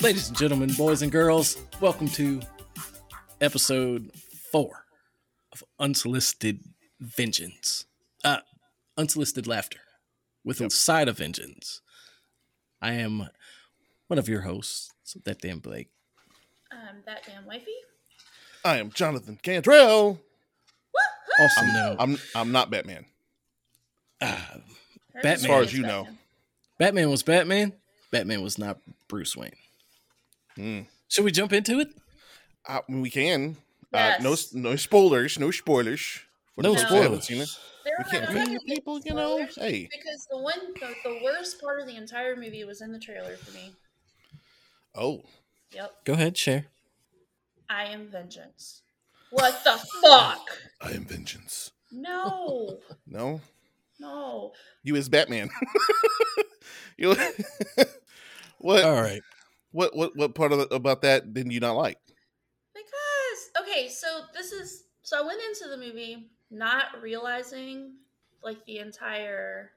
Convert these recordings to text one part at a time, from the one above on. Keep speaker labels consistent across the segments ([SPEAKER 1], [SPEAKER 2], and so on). [SPEAKER 1] Ladies and gentlemen, boys and girls, welcome to episode four of Unsolicited Vengeance. Uh, unsolicited Laughter with a side of vengeance. I am one of your hosts, that damn Blake.
[SPEAKER 2] Um, that damn wifey.
[SPEAKER 3] I am Jonathan Cantrell.
[SPEAKER 1] Also, no,
[SPEAKER 3] I'm I'm not Batman.
[SPEAKER 1] uh,
[SPEAKER 2] Her
[SPEAKER 1] Batman.
[SPEAKER 2] name
[SPEAKER 1] As far
[SPEAKER 2] is
[SPEAKER 3] as you know.
[SPEAKER 2] Batman.
[SPEAKER 1] Batman was Batman. Batman was not Bruce Wayne.
[SPEAKER 3] Mm.
[SPEAKER 1] Should we jump into it?
[SPEAKER 3] I, we can. Uh, no
[SPEAKER 2] Yes.
[SPEAKER 3] no spoilers. No spoilers. for the
[SPEAKER 1] No
[SPEAKER 3] folks that haven't
[SPEAKER 1] spoilers.
[SPEAKER 3] seen it.
[SPEAKER 2] There
[SPEAKER 3] We
[SPEAKER 2] are
[SPEAKER 3] can't
[SPEAKER 2] not
[SPEAKER 3] offend
[SPEAKER 2] gonna
[SPEAKER 3] you
[SPEAKER 2] be
[SPEAKER 3] people, you know.
[SPEAKER 2] spoilers,
[SPEAKER 3] Hey,
[SPEAKER 2] Because the one, the, the worst part of the entire movie was in the trailer for me.
[SPEAKER 3] oh,
[SPEAKER 2] Yep,
[SPEAKER 1] Go ahead, share.
[SPEAKER 2] I am vengeance. What the fuck?
[SPEAKER 3] I am vengeance.
[SPEAKER 2] No,
[SPEAKER 3] No,
[SPEAKER 2] no.
[SPEAKER 3] you is Batman. you what
[SPEAKER 1] All right.
[SPEAKER 3] what what what part of the, about that did you not like?
[SPEAKER 2] Because okay, so this is so I went into the movie not realizing like the entire.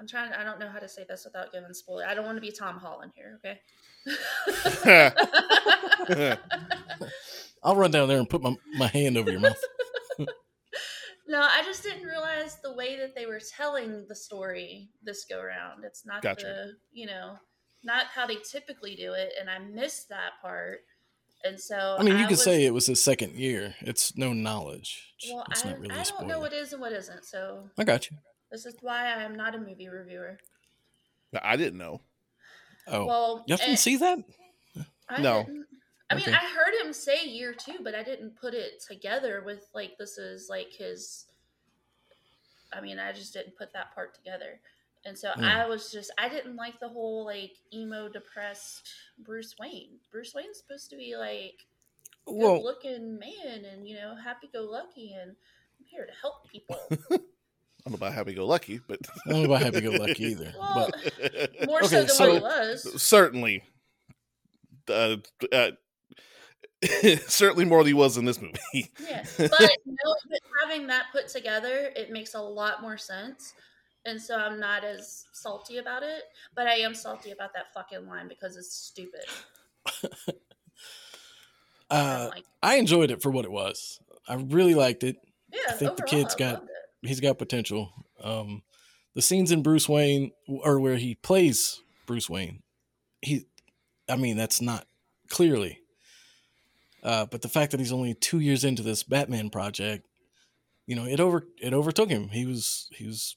[SPEAKER 2] I'm trying. I don't know how to say this without giving spoiler. I don't want to be Tom Holland here. Okay.
[SPEAKER 1] I'll run down there and put my, my hand over your mouth.
[SPEAKER 2] No, I just didn't realize the way that they were telling the story this go round. It's not
[SPEAKER 3] Gotcha.
[SPEAKER 2] the, you know, not how they typically do it. And I missed that part. And so
[SPEAKER 1] I mean, you could
[SPEAKER 2] was-
[SPEAKER 1] say it was his second year. It's no knowledge.
[SPEAKER 2] Well,
[SPEAKER 1] it's
[SPEAKER 2] I,
[SPEAKER 1] not really
[SPEAKER 2] I
[SPEAKER 1] a
[SPEAKER 2] don't
[SPEAKER 1] spoiler.
[SPEAKER 2] know what is and what isn't. So
[SPEAKER 1] I got you.
[SPEAKER 2] this is why I am not a movie reviewer.
[SPEAKER 3] No, I didn't know.
[SPEAKER 1] Oh,
[SPEAKER 2] well, eh,
[SPEAKER 1] y'all didn't
[SPEAKER 2] and
[SPEAKER 1] see that?
[SPEAKER 2] I
[SPEAKER 3] No.
[SPEAKER 2] didn't- I mean,
[SPEAKER 1] Okay.
[SPEAKER 2] I heard him say year two, but I didn't put it together with like this is like his. I mean, I just didn't put that part together, and so
[SPEAKER 1] Hmm.
[SPEAKER 2] I was just I didn't like the whole like emo depressed Bruce Wayne. Bruce Wayne's supposed to be like good
[SPEAKER 1] Well,
[SPEAKER 2] looking man and you know happy go lucky and I'm here to help people.
[SPEAKER 3] I don't know about happy go lucky, but
[SPEAKER 1] I don't know about happy go lucky either.
[SPEAKER 2] Well,
[SPEAKER 1] But
[SPEAKER 2] more
[SPEAKER 1] Okay,
[SPEAKER 2] so than
[SPEAKER 1] so-
[SPEAKER 2] what it was.
[SPEAKER 3] certainly uh, uh, certainly more than he was in this movie
[SPEAKER 2] Yeah, but no, but having that put together, it makes a lot more sense. And so I'm not as salty about it, but I am salty about that fucking line because it's stupid. I
[SPEAKER 1] uh,
[SPEAKER 2] don't like,
[SPEAKER 1] I enjoyed it for what it was. I really liked it.
[SPEAKER 2] yeah,
[SPEAKER 1] think the
[SPEAKER 2] overall,
[SPEAKER 1] kid's
[SPEAKER 2] I
[SPEAKER 1] got-
[SPEAKER 2] loved it.
[SPEAKER 1] He's got potential. Um, the scenes in Bruce Wayne, or where he plays Bruce Wayne, he, I mean, that's not clearly. Uh, but the fact that he's only two years into this Batman project, you know, it over it overtook him. He was he was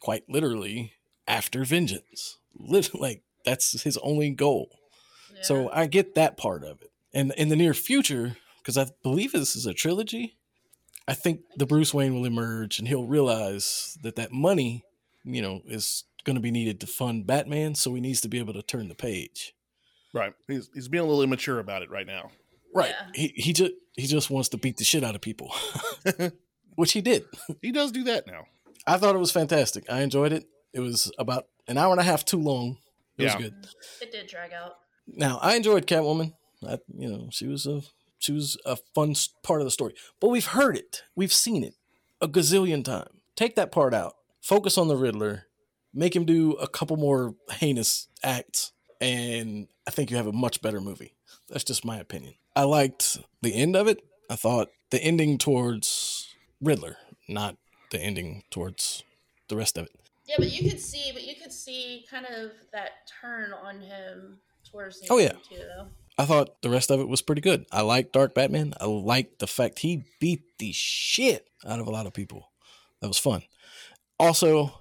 [SPEAKER 1] quite literally after vengeance. Lit- like that's his only goal.
[SPEAKER 2] Yeah.
[SPEAKER 1] So I get that part of it. And in the near future, because I believe this is a trilogy, I think the Bruce Wayne will emerge and he'll realize that that money, you know, is going to be needed to fund Batman. So he needs to be able to turn the page.
[SPEAKER 3] right he's, he's being a little immature about it right now
[SPEAKER 1] Right.
[SPEAKER 2] Yeah.
[SPEAKER 1] He he just he just wants to beat the shit out of people, which he did.
[SPEAKER 3] he does do that now
[SPEAKER 1] I thought it was fantastic. I enjoyed it. It was about an hour and a half too long. It
[SPEAKER 3] Yeah.
[SPEAKER 1] was good.
[SPEAKER 2] it did drag out.
[SPEAKER 1] Now I enjoyed Catwoman. I, you know, she was a she was a fun s- part of the story. But we've heard it, we've seen it a gazillion times. Take that part out. Focus on the Riddler. Make him do a couple more heinous acts, and I think you have a much better movie. That's just my opinion. I liked the end of it. I thought the ending towards Riddler, not the ending towards the rest of it.
[SPEAKER 2] Yeah, but you could see, but you could see kind of that turn on him towards the
[SPEAKER 1] Oh,
[SPEAKER 2] end too, though.
[SPEAKER 1] I thought the rest of it was pretty good. I like Dark Batman. I like the fact he beat the shit out of a lot of people. That was fun. Also,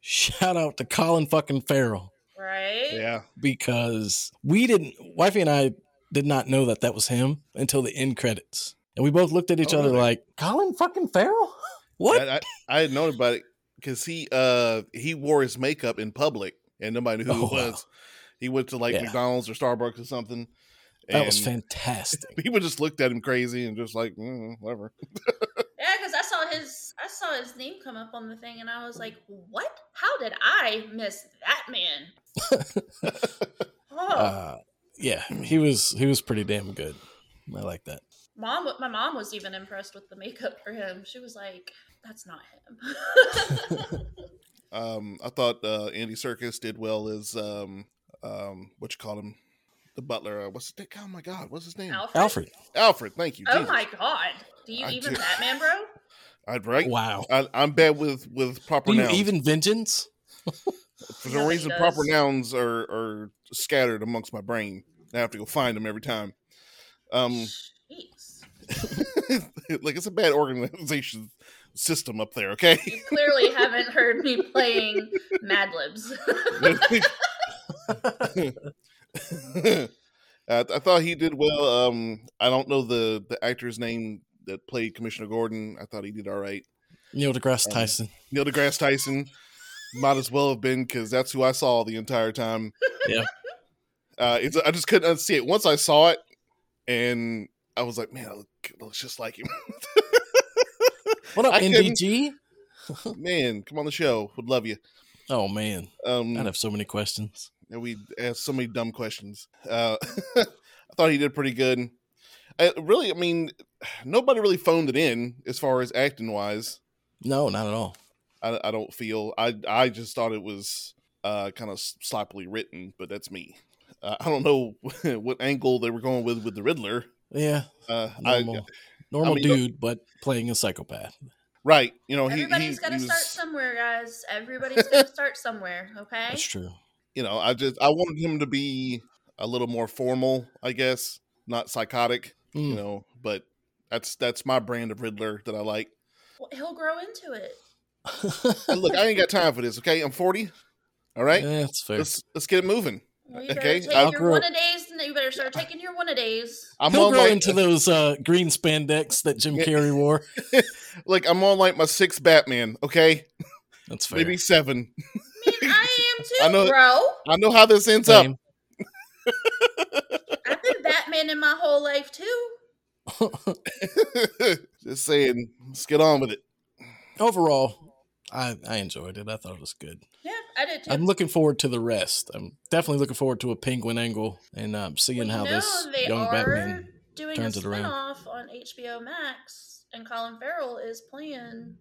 [SPEAKER 1] shout out to Colin fucking Farrell
[SPEAKER 2] Right?
[SPEAKER 3] yeah
[SPEAKER 1] because we didn't, wifey and I did not know that that was him until the end credits. And we both looked at each
[SPEAKER 3] Oh,
[SPEAKER 1] other
[SPEAKER 3] really?
[SPEAKER 1] like, Colin fucking Farrell? What?
[SPEAKER 3] I, I, I had known about it because he uh he wore his makeup in public and nobody knew who
[SPEAKER 1] Oh,
[SPEAKER 3] it
[SPEAKER 1] wow.
[SPEAKER 3] was he went to like
[SPEAKER 1] Yeah.
[SPEAKER 3] mcdonald's or starbucks or something
[SPEAKER 1] that was
[SPEAKER 3] and
[SPEAKER 1] fantastic.
[SPEAKER 3] people just looked at him crazy and just like mm, whatever
[SPEAKER 2] Yeah, because I saw his I saw his name come up on the thing, and I was like, "What? How did I miss that man?" oh,
[SPEAKER 1] Uh, yeah, he was he was pretty damn good. I like that.
[SPEAKER 2] mom! wa- My mom was even impressed with the makeup for him. She was like, "That's not
[SPEAKER 3] Hmm.
[SPEAKER 2] him."
[SPEAKER 3] um i thought uh andy circus did well as um um what you call him the butler. Uh, what's his name? Oh my God, what's his name? Alfred.
[SPEAKER 2] Alfred.
[SPEAKER 1] Alfred.
[SPEAKER 3] thank you.
[SPEAKER 2] Oh
[SPEAKER 3] Jesus.
[SPEAKER 2] my god. Do you
[SPEAKER 3] I
[SPEAKER 2] even
[SPEAKER 3] do-
[SPEAKER 2] that man, bro?
[SPEAKER 3] I'd right.
[SPEAKER 1] Wow.
[SPEAKER 3] I, I'm bad with with proper
[SPEAKER 1] Do you
[SPEAKER 3] nouns.
[SPEAKER 1] even vengeance?
[SPEAKER 3] For
[SPEAKER 2] No,
[SPEAKER 3] some
[SPEAKER 2] he
[SPEAKER 3] reason,
[SPEAKER 2] does.
[SPEAKER 3] proper nouns are are scattered amongst my brain. I have to go find them every time. Um,
[SPEAKER 2] Jeez.
[SPEAKER 3] like it's a bad organization system up there. Okay.
[SPEAKER 2] You clearly haven't heard me playing Mad Libs.
[SPEAKER 3] I, I thought he did well. Um, I don't know the the actor's name that played Commissioner Gordon. I thought he did all right.
[SPEAKER 1] Neil deGrasse
[SPEAKER 3] Um,
[SPEAKER 1] Tyson.
[SPEAKER 3] Neil deGrasse Tyson might as well have been because that's who I saw the entire time.
[SPEAKER 1] Yeah.
[SPEAKER 3] Uh, it's I just couldn't unsee it once I saw it, and I was like, man, I look, I look just like him.
[SPEAKER 1] What up,
[SPEAKER 3] I couldn't-
[SPEAKER 1] NDG?
[SPEAKER 3] man, come on the show. Would love you.
[SPEAKER 1] Oh man,
[SPEAKER 3] Um,
[SPEAKER 1] I'd have so many questions.
[SPEAKER 3] and we asked so many dumb questions. Uh, I thought he did pretty good. I, really, I mean, nobody really phoned it in as far as acting wise.
[SPEAKER 1] No, not at all.
[SPEAKER 3] I, I don't feel. I I just thought it was uh, kind of sloppily written, but that's me. Uh, I don't know what angle they were going with with the Riddler.
[SPEAKER 1] Yeah,
[SPEAKER 3] Uh, I,
[SPEAKER 1] normal, normal
[SPEAKER 3] mean,
[SPEAKER 1] dude, but playing a psychopath.
[SPEAKER 3] right, you know, he, he,
[SPEAKER 2] Everybody's
[SPEAKER 3] he
[SPEAKER 2] gotta
[SPEAKER 3] was,
[SPEAKER 2] start somewhere, guys. Everybody's gotta start somewhere, okay?
[SPEAKER 1] That's true.
[SPEAKER 3] you know, I just I wanted him to be a little more formal, I guess, not psychotic.
[SPEAKER 1] Mm.
[SPEAKER 3] you know but that's that's my brand of riddler that i like
[SPEAKER 2] Well, he'll grow into it.
[SPEAKER 3] And look i ain't got time for this okay i'm 40 all right
[SPEAKER 1] Yeah, that's fair.
[SPEAKER 3] let's let's get it moving
[SPEAKER 2] Well, you better
[SPEAKER 3] Okay,
[SPEAKER 2] take
[SPEAKER 3] I'll
[SPEAKER 2] your
[SPEAKER 1] Uh, grow-
[SPEAKER 2] one a days, and you better start taking your one a days.
[SPEAKER 3] i'm
[SPEAKER 1] He'll
[SPEAKER 3] on
[SPEAKER 1] grow
[SPEAKER 3] like,
[SPEAKER 1] into those uh, green spandex that Jim
[SPEAKER 3] Yeah.
[SPEAKER 1] Carrey wore.
[SPEAKER 3] like i'm on like my sixth batman okay
[SPEAKER 1] That's fair.
[SPEAKER 3] maybe seven
[SPEAKER 2] I mean, I am too,
[SPEAKER 3] I know-
[SPEAKER 2] bro.
[SPEAKER 3] i know how this ends up
[SPEAKER 1] Same.
[SPEAKER 2] I've been Batman in my whole life too.
[SPEAKER 3] just saying let's get on with it
[SPEAKER 1] Overall, I, I enjoyed it. I thought it was good.
[SPEAKER 2] Yeah, I did too.
[SPEAKER 1] I'm looking forward to the rest. I'm definitely looking forward to a penguin angle and um, seeing
[SPEAKER 2] Well,
[SPEAKER 1] how
[SPEAKER 2] you
[SPEAKER 1] this
[SPEAKER 2] know, they
[SPEAKER 1] young
[SPEAKER 2] are
[SPEAKER 1] Batman.
[SPEAKER 2] doing
[SPEAKER 1] turns
[SPEAKER 2] a
[SPEAKER 1] it around.
[SPEAKER 2] spinoff on HBO Max, and Colin Farrell is playing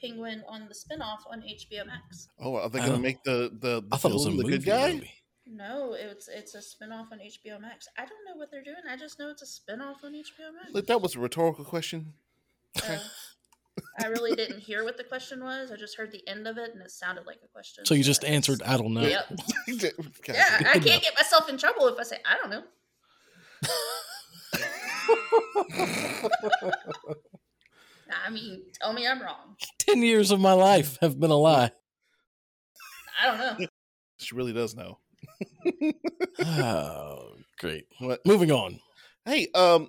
[SPEAKER 2] Penguin on the spinoff on HBO Max.
[SPEAKER 3] oh are they
[SPEAKER 1] I
[SPEAKER 3] gonna
[SPEAKER 1] don't-
[SPEAKER 3] make the the, the,
[SPEAKER 1] Uh, I thought it was a
[SPEAKER 3] villain
[SPEAKER 1] movie,
[SPEAKER 3] the good guy
[SPEAKER 1] movie.
[SPEAKER 2] No, it's it's a spinoff on HBO Max. I don't know what they're doing. I just know it's a spinoff on HBO Max.
[SPEAKER 3] Look, that was a rhetorical question
[SPEAKER 2] So, I really didn't hear what the question was. I just heard the end of it, and it sounded like a question.
[SPEAKER 1] So you
[SPEAKER 2] I
[SPEAKER 1] just
[SPEAKER 2] guess-
[SPEAKER 1] answered, I don't know.
[SPEAKER 2] Yep.
[SPEAKER 3] God,
[SPEAKER 2] Yeah, I
[SPEAKER 1] Good
[SPEAKER 2] can't get myself in trouble if I say I don't know. I mean, tell me I'm wrong.
[SPEAKER 1] 10 years of my life have been a lie.
[SPEAKER 2] I don't know.
[SPEAKER 3] she really does know
[SPEAKER 1] Oh, great.
[SPEAKER 3] What?
[SPEAKER 1] Moving on.
[SPEAKER 3] Hey, um,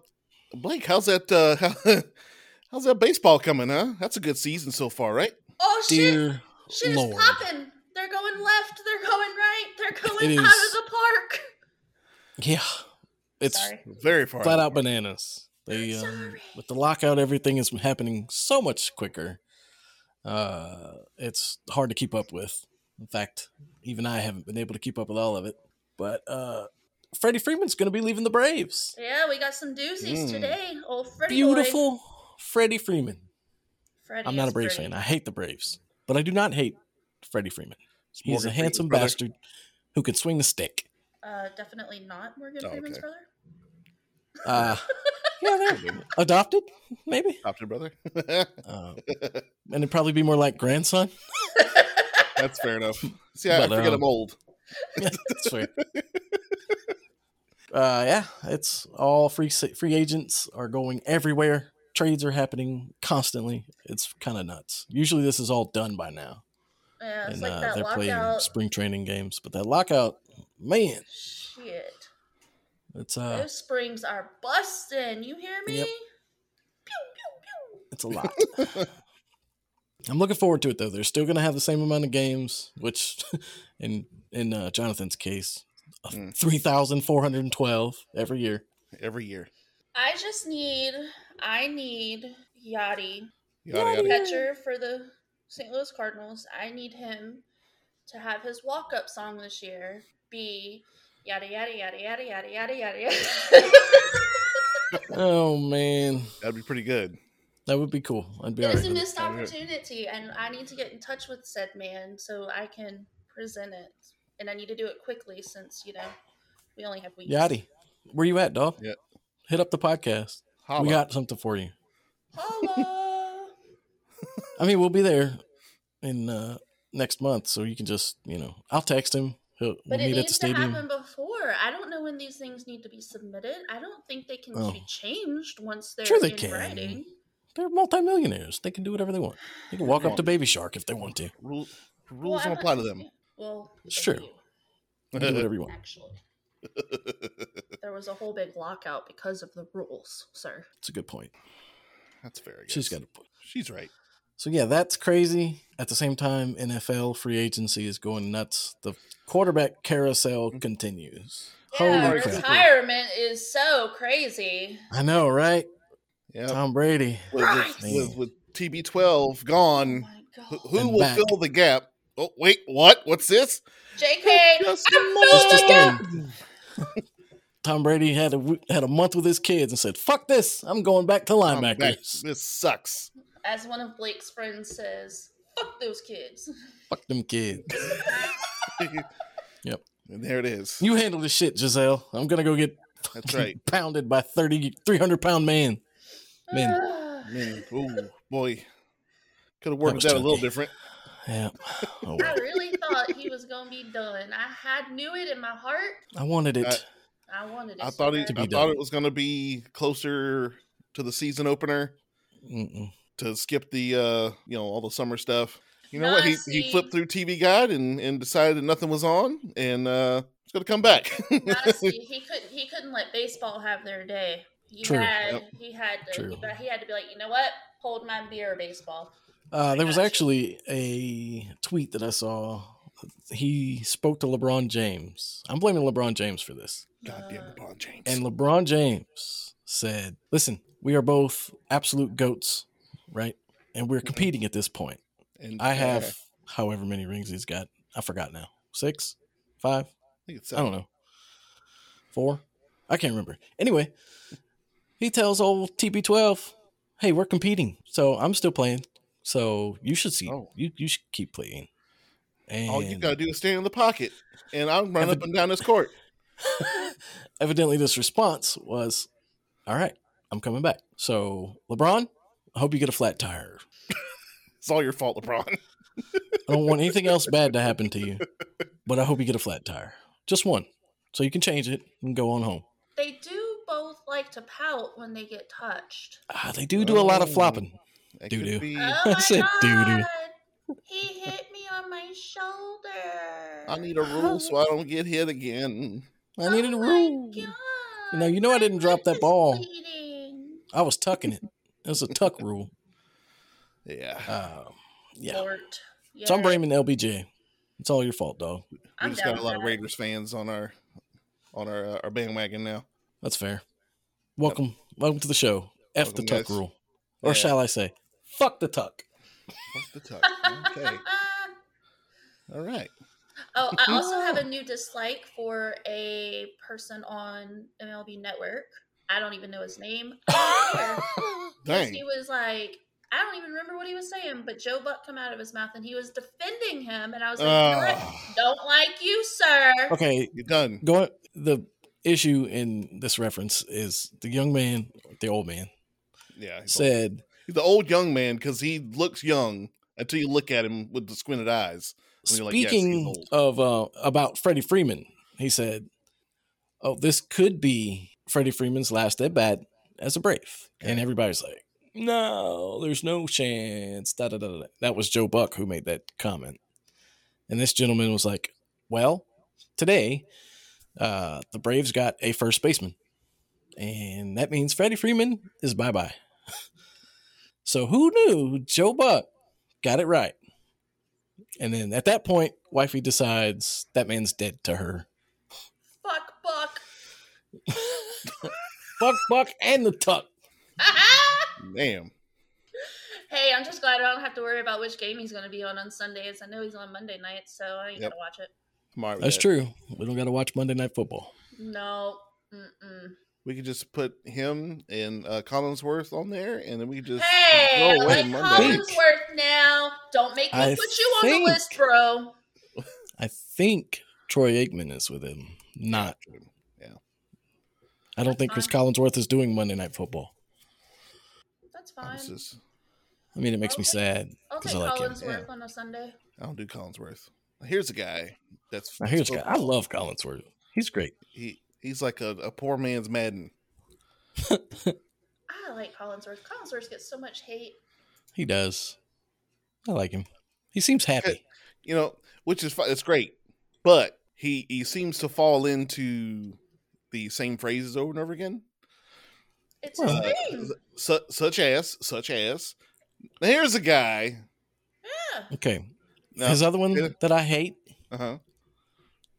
[SPEAKER 3] Blake, how's that? Uh, how's that baseball coming? Huh? That's a good season so far, right?
[SPEAKER 2] Oh shit!
[SPEAKER 1] Dear
[SPEAKER 2] Shit
[SPEAKER 1] Lord.
[SPEAKER 2] is popping. They're going left. They're going right. They're going
[SPEAKER 1] It
[SPEAKER 2] out
[SPEAKER 1] is-
[SPEAKER 2] of the park.
[SPEAKER 1] Yeah. It's
[SPEAKER 2] Sorry.
[SPEAKER 3] Very far.
[SPEAKER 1] flat out bananas. They
[SPEAKER 2] I'm
[SPEAKER 1] um,
[SPEAKER 2] sorry.
[SPEAKER 1] with the lockout, everything is happening so much quicker. Uh, it's hard to keep up with. In fact, even I haven't been able to keep up with all of it. But uh, Freddie Freeman's going to be leaving the Braves.
[SPEAKER 2] Yeah, we got some doozies
[SPEAKER 3] Mm.
[SPEAKER 2] today. Old Freddie boy.
[SPEAKER 1] Beautiful Freddie Freeman.
[SPEAKER 2] Freddie
[SPEAKER 1] I'm not a
[SPEAKER 2] is
[SPEAKER 1] Braves
[SPEAKER 2] pretty.
[SPEAKER 1] fan. I hate the Braves, but I do not hate Freddie Freeman.
[SPEAKER 3] It's
[SPEAKER 1] He's
[SPEAKER 3] Morgan
[SPEAKER 1] a handsome
[SPEAKER 3] Freeman, brother.
[SPEAKER 1] bastard who can swing the stick.
[SPEAKER 2] Uh, definitely not Morgan
[SPEAKER 3] Oh,
[SPEAKER 2] Freeman's
[SPEAKER 3] okay.
[SPEAKER 2] brother.
[SPEAKER 1] Uh, yeah, they're adopted, maybe.
[SPEAKER 3] Adopted brother.
[SPEAKER 1] Uh, and it'd probably be more like grandson.
[SPEAKER 3] That's fair enough. See, I, I
[SPEAKER 1] But,
[SPEAKER 3] forget
[SPEAKER 1] um,
[SPEAKER 3] I'm old.
[SPEAKER 1] That's fair. Uh, yeah, it's all free sa- free agents are going everywhere. Trades are happening constantly. It's kind of nuts. Usually, this is all done by now,
[SPEAKER 2] Yeah, it's
[SPEAKER 1] and
[SPEAKER 2] like
[SPEAKER 1] uh,
[SPEAKER 2] that
[SPEAKER 1] they're playing
[SPEAKER 2] lockout.
[SPEAKER 1] spring training games. But that lockout, man,
[SPEAKER 2] Shit.
[SPEAKER 1] it's uh,
[SPEAKER 2] Those springs are busting. You hear me?
[SPEAKER 1] Yep.
[SPEAKER 2] Pew, pew, pew.
[SPEAKER 1] it's a lot. I'm looking forward to it though. They're still going to have the same amount of games, which, in in uh, Jonathan's case,
[SPEAKER 3] Mm.
[SPEAKER 1] three thousand four hundred twelve every year.
[SPEAKER 3] Every year.
[SPEAKER 2] I just need, I need Yachty,
[SPEAKER 3] Yada,
[SPEAKER 1] Yada.
[SPEAKER 3] yada.
[SPEAKER 2] catcher for the St. Louis Cardinals. I need him to have his walk up song this year be yada, yada, yada, yada, yada, yada, yada, yada.
[SPEAKER 1] Oh man,
[SPEAKER 3] That'd be pretty good.
[SPEAKER 1] that would be cool. I'd be all
[SPEAKER 2] it
[SPEAKER 1] right.
[SPEAKER 2] is a
[SPEAKER 1] with it.
[SPEAKER 2] missed
[SPEAKER 3] Alright.
[SPEAKER 2] opportunity, and I need to get in touch with said man so I can present it. And I need to do it quickly since, you know, We only have weeks.
[SPEAKER 1] Yachty, where you at, dog?
[SPEAKER 3] Yeah.
[SPEAKER 1] Hit up the podcast.
[SPEAKER 3] Holla.
[SPEAKER 1] We got something for you.
[SPEAKER 2] Holla.
[SPEAKER 1] I mean, we'll be there in uh, next month, so you can just you know, I'll text him. He'll, we'll
[SPEAKER 2] But
[SPEAKER 1] meet
[SPEAKER 2] it
[SPEAKER 1] at the
[SPEAKER 2] needs to happen
[SPEAKER 1] stadium.
[SPEAKER 2] before. I don't know when these things need to be submitted. I don't think they can
[SPEAKER 1] Oh.
[SPEAKER 2] be changed once they're
[SPEAKER 1] Sure they
[SPEAKER 2] in
[SPEAKER 1] can.
[SPEAKER 2] writing.
[SPEAKER 1] They're multimillionaires. They can do whatever they want. They can walk up to Baby Shark if they want to.
[SPEAKER 3] Rule,
[SPEAKER 2] Well,
[SPEAKER 3] rules
[SPEAKER 2] I'm
[SPEAKER 3] don't
[SPEAKER 2] not-
[SPEAKER 3] apply to them.
[SPEAKER 2] Well,
[SPEAKER 1] It's
[SPEAKER 2] thank
[SPEAKER 1] true.
[SPEAKER 2] you,
[SPEAKER 1] They can do whatever you want.
[SPEAKER 2] Actually, there was a whole big lockout because of the rules, sir.
[SPEAKER 1] It's a good point.
[SPEAKER 3] That's fair. I
[SPEAKER 1] She's
[SPEAKER 3] guess.
[SPEAKER 1] got a point.
[SPEAKER 3] She's right.
[SPEAKER 1] So yeah, that's crazy. At the same time, NFL free agency is going nuts. The quarterback carousel
[SPEAKER 3] Mm-hmm.
[SPEAKER 1] continues.
[SPEAKER 2] yeah,
[SPEAKER 1] Holy crap!
[SPEAKER 2] retirement is so crazy. Oh
[SPEAKER 1] I know, right?
[SPEAKER 3] Yeah.
[SPEAKER 1] Tom Brady.
[SPEAKER 3] With, with,
[SPEAKER 1] Christ.
[SPEAKER 3] with, with TB12 gone,
[SPEAKER 2] my
[SPEAKER 3] who,
[SPEAKER 2] god.
[SPEAKER 3] who
[SPEAKER 1] And
[SPEAKER 3] will
[SPEAKER 1] back.
[SPEAKER 3] fill the gap? Oh wait, what? What's this?
[SPEAKER 2] JK,
[SPEAKER 3] Justin
[SPEAKER 2] I'm
[SPEAKER 1] That's
[SPEAKER 2] filling
[SPEAKER 1] just
[SPEAKER 2] the gap.
[SPEAKER 1] it. Tom Brady had a w- had a month with his kids and said, "Fuck this! I'm going back to
[SPEAKER 3] I'm back.
[SPEAKER 1] linebackers.
[SPEAKER 3] This sucks.
[SPEAKER 2] As one of Blake's friends says, fuck those kids.
[SPEAKER 1] Fuck them kids. Yep.
[SPEAKER 3] And there it is.
[SPEAKER 1] You handle this shit, Giselle. I'm gonna go get
[SPEAKER 3] That's right.
[SPEAKER 1] pounded by 30, 300 pound man. Man,
[SPEAKER 3] Man, oh boy, could have
[SPEAKER 1] That
[SPEAKER 3] worked
[SPEAKER 1] was
[SPEAKER 3] that, a little
[SPEAKER 1] tricky.
[SPEAKER 3] different.
[SPEAKER 1] yeah. Oh,
[SPEAKER 2] I
[SPEAKER 1] well.
[SPEAKER 2] really thought he was gonna be done. I had knew it in my heart.
[SPEAKER 1] I wanted it.
[SPEAKER 3] I-
[SPEAKER 2] I wanted it.
[SPEAKER 3] I
[SPEAKER 2] so
[SPEAKER 3] thought it,
[SPEAKER 2] bad.
[SPEAKER 1] To be
[SPEAKER 3] I
[SPEAKER 1] done.
[SPEAKER 3] thought it was going to be closer to the season opener
[SPEAKER 1] Mm-mm.
[SPEAKER 3] to skip the uh, you know all the summer stuff. You know what? He, he
[SPEAKER 2] Nazi.
[SPEAKER 3] flipped through TV Guide and, and decided that nothing was on, and uh, it's going to come back.
[SPEAKER 2] Honestly, he couldn't. He couldn't let baseball have their day. He
[SPEAKER 1] True.
[SPEAKER 2] had.
[SPEAKER 3] Yep.
[SPEAKER 2] He had. To,
[SPEAKER 1] True.
[SPEAKER 2] But he had to be like, you know what? Hold my beer, baseball.
[SPEAKER 1] Uh, there was
[SPEAKER 2] Gotcha.
[SPEAKER 1] actually a tweet that I saw. He spoke to LeBron James. I'm blaming LeBron James for this.
[SPEAKER 3] Goddamn
[SPEAKER 2] Uh,
[SPEAKER 3] LeBron James.
[SPEAKER 1] And LeBron James said, Listen, we are both absolute goats, right? And we're competing at this point.
[SPEAKER 3] And,
[SPEAKER 1] I
[SPEAKER 3] uh,
[SPEAKER 1] have however many rings he's got. I forgot now. Six? Five?
[SPEAKER 3] I think it's uh,
[SPEAKER 1] I don't know. Four? I can't remember. Anyway, he tells old TB12, "Hey, we're competing, so I'm still playing. So you should see.
[SPEAKER 3] Oh.
[SPEAKER 1] You you should keep playing." And
[SPEAKER 3] All you got to do is stand in the pocket, and I'll run up
[SPEAKER 1] Evid-
[SPEAKER 3] and down this court.
[SPEAKER 1] evidently, this response was, "All right, I'm coming back." So LeBron, I hope you get a flat tire.
[SPEAKER 3] It's all your fault, LeBron.
[SPEAKER 1] I don't want anything else bad to happen to you, but I hope you get a flat tire, just one, so you can change it and go on home.
[SPEAKER 2] They do both like to pout when they get touched.
[SPEAKER 1] Ah, they do do a lot of
[SPEAKER 3] Oh.
[SPEAKER 1] flopping.
[SPEAKER 3] That
[SPEAKER 1] Doo-doo.
[SPEAKER 3] could be.
[SPEAKER 2] Oh
[SPEAKER 1] I
[SPEAKER 2] my
[SPEAKER 1] said doo-doo.
[SPEAKER 2] god! He hit me on my shoulder.
[SPEAKER 3] I need a rule so I don't get hit again.
[SPEAKER 1] I needed
[SPEAKER 2] oh
[SPEAKER 1] a
[SPEAKER 2] my
[SPEAKER 1] rule.
[SPEAKER 2] God,
[SPEAKER 1] You know- you know I
[SPEAKER 2] my
[SPEAKER 1] didn't drop
[SPEAKER 2] wrist
[SPEAKER 1] that
[SPEAKER 2] is
[SPEAKER 1] ball.
[SPEAKER 2] bleeding.
[SPEAKER 1] I was tucking it. It was a tuck rule.
[SPEAKER 3] Yeah.
[SPEAKER 1] Um, yeah.
[SPEAKER 2] Lord. Yeah.
[SPEAKER 1] So I'm blaming LBJ. It's all your fault, dog.
[SPEAKER 3] we
[SPEAKER 2] I'm
[SPEAKER 3] just got
[SPEAKER 2] down
[SPEAKER 3] a lot
[SPEAKER 2] with
[SPEAKER 3] of
[SPEAKER 2] that.
[SPEAKER 3] Raiders fans on our on our uh, our bandwagon now.
[SPEAKER 1] That's fair. Welcome, welcome to the show. F the
[SPEAKER 3] Welcome,
[SPEAKER 1] tuck
[SPEAKER 3] guys.
[SPEAKER 1] rule, or
[SPEAKER 3] Yeah.
[SPEAKER 1] shall I say, fuck the tuck.
[SPEAKER 3] Fuck the tuck. Okay. All right.
[SPEAKER 2] oh, I also have a new dislike for a person on MLB Network. I don't even know his name. I don't care. 'Cause
[SPEAKER 3] Dang.
[SPEAKER 2] He was like, I don't even remember what he was saying, but Joe Buck come out of his mouth and he was defending him, and I was like, you know what?
[SPEAKER 3] Ah.
[SPEAKER 2] don't like you, sir.
[SPEAKER 1] Okay,
[SPEAKER 3] You're done.
[SPEAKER 1] going. The issue in this reference is the young man, the old man,
[SPEAKER 3] Yeah. He's old.
[SPEAKER 1] said,
[SPEAKER 3] He's the old young man because he looks young until you look at him with the squinted eyes. And you're like, yes, he's
[SPEAKER 1] speaking
[SPEAKER 3] old.
[SPEAKER 1] of uh, about Freddie Freeman, he said, "Oh, this could be Freddie Freeman's last at bat as a Brave," and
[SPEAKER 3] Okay.
[SPEAKER 1] everybody's like, "No, there's no chance." Da, da, da, da. da." That was Joe Buck who made that comment, and this gentleman was like, "Well, today, uh, the Braves got a first baseman, and that means Freddie Freeman is bye bye." so who knew Joe Buck got it right? And then at that point, wifey decides that man's dead to her.
[SPEAKER 2] Fuck Buck.
[SPEAKER 1] Buck, buck, and the tuck.
[SPEAKER 2] Mm.
[SPEAKER 3] Damn.
[SPEAKER 2] hey, I'm just glad I don't have to worry about which game he's going to be on on Sundays. I know he's on Monday night, so I ain't
[SPEAKER 3] Yep.
[SPEAKER 2] got to watch it.
[SPEAKER 3] I'm all right with
[SPEAKER 1] That's
[SPEAKER 3] that.
[SPEAKER 1] true. We don't got to watch Monday Night Football.
[SPEAKER 2] No. Mm-mm.
[SPEAKER 3] We could just put him and uh, Collinsworth on there, and then we could just
[SPEAKER 2] Hey, I
[SPEAKER 3] throw away
[SPEAKER 2] like
[SPEAKER 3] Monday.
[SPEAKER 1] Collins-
[SPEAKER 2] Collinsworth now. Don't make me
[SPEAKER 1] I
[SPEAKER 2] put you on
[SPEAKER 1] think-
[SPEAKER 2] the list, bro.
[SPEAKER 1] I think Troy Aikman is with him, not I don't think Chris
[SPEAKER 2] fine.
[SPEAKER 1] Collinsworth is doing Monday Night Football.
[SPEAKER 2] That's
[SPEAKER 3] I'm
[SPEAKER 2] fine.
[SPEAKER 3] just-
[SPEAKER 1] I mean, it makes me
[SPEAKER 2] Okay.
[SPEAKER 1] sad.
[SPEAKER 2] I'll
[SPEAKER 1] 'cause
[SPEAKER 2] take
[SPEAKER 1] I like him,
[SPEAKER 2] Collinsworth
[SPEAKER 3] yeah.
[SPEAKER 2] on a Sunday.
[SPEAKER 3] I don't do Collinsworth. Here's a guy that's
[SPEAKER 1] Now, here's a guy. I
[SPEAKER 3] football.
[SPEAKER 1] love Collinsworth. He's great.
[SPEAKER 3] he he's like a, a poor man's Madden.
[SPEAKER 2] I like Collinsworth. Collinsworth gets so much hate.
[SPEAKER 1] He does. I like him. He seems happy.
[SPEAKER 3] you know, which is fi- it's great, but he he seems to fall into the same phrases over and over again,
[SPEAKER 2] It's
[SPEAKER 1] Well,
[SPEAKER 2] his
[SPEAKER 3] S-
[SPEAKER 2] thing.
[SPEAKER 3] su- such as such as. Now, here's a guy.
[SPEAKER 2] Yeah.
[SPEAKER 1] Okay.
[SPEAKER 3] Now,
[SPEAKER 1] His other one
[SPEAKER 3] Yeah.
[SPEAKER 1] that I hate
[SPEAKER 3] uh-huh.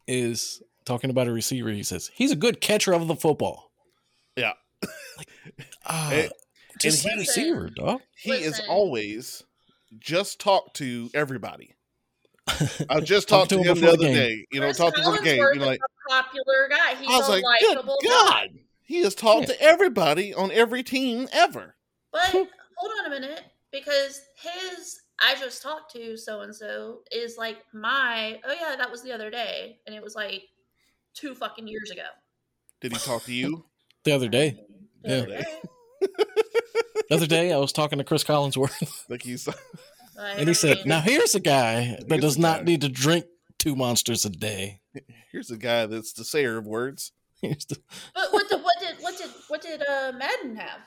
[SPEAKER 1] is talking about a receiver. He says he's a good catcher of the football.
[SPEAKER 3] Yeah.
[SPEAKER 1] Like, ah,
[SPEAKER 3] And-
[SPEAKER 1] just say
[SPEAKER 3] and
[SPEAKER 2] he-
[SPEAKER 1] receiver, dog.
[SPEAKER 3] He is
[SPEAKER 2] Listen.
[SPEAKER 3] always just talk to everybody. I just
[SPEAKER 1] Talk
[SPEAKER 3] talked
[SPEAKER 1] to
[SPEAKER 3] to
[SPEAKER 1] him
[SPEAKER 3] him the
[SPEAKER 1] before the
[SPEAKER 3] other
[SPEAKER 1] game.
[SPEAKER 3] day. You know,
[SPEAKER 2] Chris
[SPEAKER 3] talked to him before the game.
[SPEAKER 2] Collinsworth
[SPEAKER 3] You know, like
[SPEAKER 2] is a popular guy. He's
[SPEAKER 3] I was
[SPEAKER 2] a
[SPEAKER 3] like, good
[SPEAKER 2] likable guy.
[SPEAKER 3] God, he has talked to everybody on every team ever.
[SPEAKER 2] But hold on a minute, because his I just talked to so and so is like my oh yeah, that was the other day, and it was like two fucking years ago.
[SPEAKER 3] Did he talk to you?
[SPEAKER 1] The other day,
[SPEAKER 2] The
[SPEAKER 1] Yeah.
[SPEAKER 2] other day.
[SPEAKER 1] the other day, I was talking to Chris Collinsworth,
[SPEAKER 3] like he's
[SPEAKER 2] Like,
[SPEAKER 1] and he
[SPEAKER 2] I
[SPEAKER 1] said,
[SPEAKER 2] mean,
[SPEAKER 1] "Now here's a guy that
[SPEAKER 3] Here's
[SPEAKER 1] does
[SPEAKER 3] a
[SPEAKER 1] not
[SPEAKER 3] guy.
[SPEAKER 1] need to drink two monsters a day."
[SPEAKER 3] here's a guy that's the sayer of words.
[SPEAKER 1] Here's the-
[SPEAKER 2] But what did what did what did what did uh, Madden have?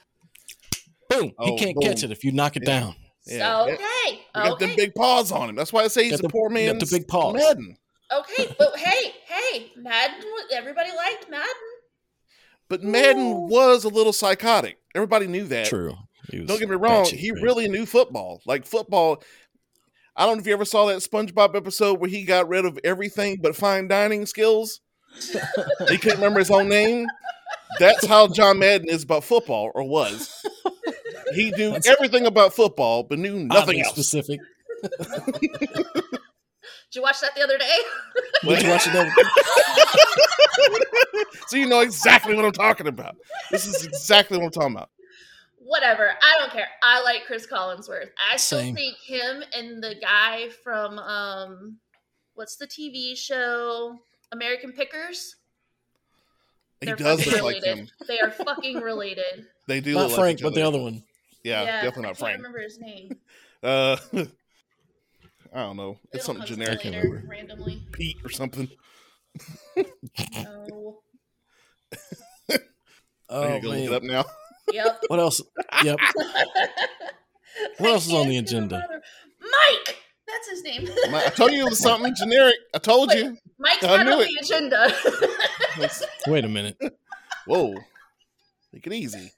[SPEAKER 1] boom!
[SPEAKER 3] Oh,
[SPEAKER 1] he can't catch
[SPEAKER 3] boom.
[SPEAKER 1] it if you knock it
[SPEAKER 3] Yeah.
[SPEAKER 1] down.
[SPEAKER 3] Yeah,
[SPEAKER 2] so,
[SPEAKER 3] yeah.
[SPEAKER 2] okay,
[SPEAKER 3] He got
[SPEAKER 2] okay,
[SPEAKER 3] them big paws on him. That's why I say he's
[SPEAKER 1] Got
[SPEAKER 3] a
[SPEAKER 1] the-
[SPEAKER 3] poor
[SPEAKER 1] got the
[SPEAKER 3] man's
[SPEAKER 1] big paws.
[SPEAKER 3] Madden.
[SPEAKER 2] okay. But hey, hey, Madden. was- Everybody liked Madden.
[SPEAKER 3] But Madden
[SPEAKER 2] Ooh.
[SPEAKER 3] was a little psychotic. Everybody knew that.
[SPEAKER 1] True. He was
[SPEAKER 3] Don't get me wrong.
[SPEAKER 1] batshit
[SPEAKER 3] He
[SPEAKER 1] crazy.
[SPEAKER 3] really knew football. Like football. I don't know if you ever saw that SpongeBob episode where he got rid of everything but fine dining skills. he couldn't remember his own name. That's how John Madden is about football, or was. He knew
[SPEAKER 1] That's- Ah,
[SPEAKER 3] everything about football, but knew nothing
[SPEAKER 1] Oddly
[SPEAKER 3] else.
[SPEAKER 1] specific.
[SPEAKER 2] Did you watch that the other day?
[SPEAKER 1] Did you watch it? That?
[SPEAKER 3] so you know exactly what I'm talking about. This is exactly what I'm talking about.
[SPEAKER 2] Whatever. I don't care. I like Chris Collinsworth. I still
[SPEAKER 1] Same.
[SPEAKER 2] think him and the guy from um what's the TV show? American Pickers.
[SPEAKER 3] He
[SPEAKER 2] They're
[SPEAKER 3] does
[SPEAKER 2] fucking
[SPEAKER 3] look like
[SPEAKER 2] related.
[SPEAKER 3] him.
[SPEAKER 2] They are fucking related.
[SPEAKER 3] They do
[SPEAKER 1] Not
[SPEAKER 3] look like
[SPEAKER 1] Frank,
[SPEAKER 3] each
[SPEAKER 1] but the
[SPEAKER 3] other.
[SPEAKER 1] other one.
[SPEAKER 3] Yeah,
[SPEAKER 2] I
[SPEAKER 3] definitely not
[SPEAKER 2] can't
[SPEAKER 3] Frank.
[SPEAKER 2] remember his name.
[SPEAKER 3] Uh, I don't know.
[SPEAKER 2] It'll
[SPEAKER 3] It's something
[SPEAKER 2] come to me
[SPEAKER 3] generic,
[SPEAKER 1] I can't
[SPEAKER 2] later,
[SPEAKER 1] remember.
[SPEAKER 2] randomly.
[SPEAKER 3] Pete or something.
[SPEAKER 2] No.
[SPEAKER 3] I
[SPEAKER 1] Oh
[SPEAKER 3] gotta go look it
[SPEAKER 1] man.
[SPEAKER 3] up now.
[SPEAKER 2] Yep.
[SPEAKER 1] What else? Yep.
[SPEAKER 2] what
[SPEAKER 1] else is on the agenda?
[SPEAKER 2] Mike. That's his name.
[SPEAKER 3] My- I told you it was something generic. I told
[SPEAKER 2] Wait.
[SPEAKER 3] you.
[SPEAKER 2] Mike's
[SPEAKER 3] I
[SPEAKER 2] not
[SPEAKER 3] knew
[SPEAKER 2] on
[SPEAKER 3] it.
[SPEAKER 2] the agenda.
[SPEAKER 3] It's-
[SPEAKER 1] Wait a minute.
[SPEAKER 3] whoa, take it easy.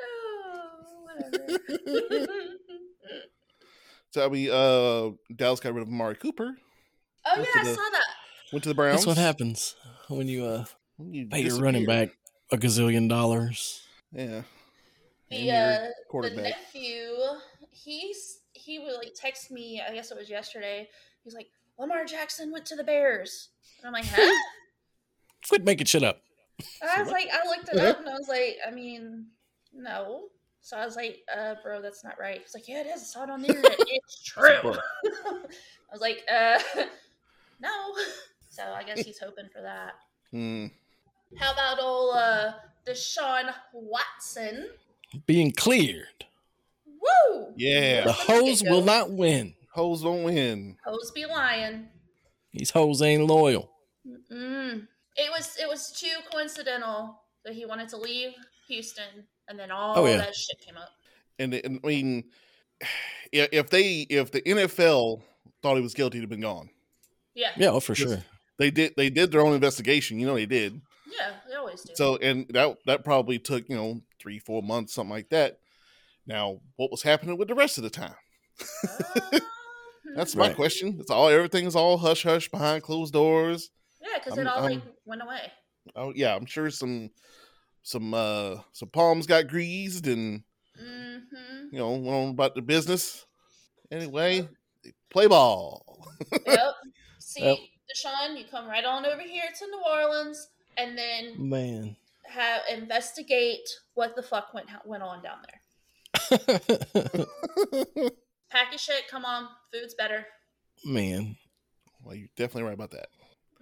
[SPEAKER 2] oh, whatever. Oh,
[SPEAKER 3] So I mean, uh, Dallas got rid of Amari Cooper.
[SPEAKER 2] Oh yeah,
[SPEAKER 3] Look
[SPEAKER 2] I
[SPEAKER 3] at the-
[SPEAKER 2] saw that.
[SPEAKER 3] Went to the Browns.
[SPEAKER 1] That's what happens when you uh,
[SPEAKER 3] When you
[SPEAKER 1] pay your
[SPEAKER 3] disappear.
[SPEAKER 1] running back a gazillion dollars.
[SPEAKER 3] Yeah. And
[SPEAKER 2] The
[SPEAKER 3] your
[SPEAKER 2] uh, the
[SPEAKER 3] quarterback.
[SPEAKER 2] nephew, he's he was like text me. I guess it was yesterday. He's like, Lamar Jackson went to the Bears, and I'm like, huh?
[SPEAKER 1] Quit making shit up.
[SPEAKER 2] And I was like, I looked it up, and I was like, I mean, no. So I was like, uh, bro, that's not right. He's like, yeah, it is. I saw it on the internet. It's true.
[SPEAKER 3] Bro.
[SPEAKER 2] I was like, uh, no. So I guess he's hoping for that.
[SPEAKER 3] Hmm.
[SPEAKER 2] How about old uh, Deshaun Watson?
[SPEAKER 1] Being cleared.
[SPEAKER 2] Woo!
[SPEAKER 3] Yeah.
[SPEAKER 1] The hoes will not win.
[SPEAKER 3] Hoes don't win.
[SPEAKER 2] Hoes be lying.
[SPEAKER 1] These hoes ain't loyal.
[SPEAKER 2] Mm. It was it was too coincidental that he wanted to leave Houston, and then all
[SPEAKER 1] Oh, yeah.
[SPEAKER 2] that shit came up.
[SPEAKER 3] And, and I mean, i- if they if the NFL thought he was guilty, he'd have been gone.
[SPEAKER 2] Yeah, yeah,
[SPEAKER 1] Yeah, oh, for
[SPEAKER 3] Yes.
[SPEAKER 1] sure.
[SPEAKER 3] They did they did their own investigation. You know they did.
[SPEAKER 2] they always do.
[SPEAKER 3] So and that that probably took you know three four months something like that. Now what was happening with the rest of the time?
[SPEAKER 2] Uh,
[SPEAKER 3] That's my
[SPEAKER 1] Right.
[SPEAKER 3] question. It's all everything's all hush hush behind closed doors.
[SPEAKER 2] yeah, because
[SPEAKER 3] I'm-
[SPEAKER 2] it all
[SPEAKER 3] I'm-
[SPEAKER 2] like went away.
[SPEAKER 3] Oh yeah, I'm sure some some uh some palms got greased and
[SPEAKER 2] Mm-hmm.
[SPEAKER 3] you know went on about the business. Anyway, play ball.
[SPEAKER 2] Yep. See,
[SPEAKER 1] Yep.
[SPEAKER 2] Deshaun, you come right on over here to New Orleans, and then
[SPEAKER 1] Man.
[SPEAKER 2] have investigate what the fuck went went on down there. Pack your shit. Come on, food's better.
[SPEAKER 1] Man.
[SPEAKER 3] Well, you're definitely right about that.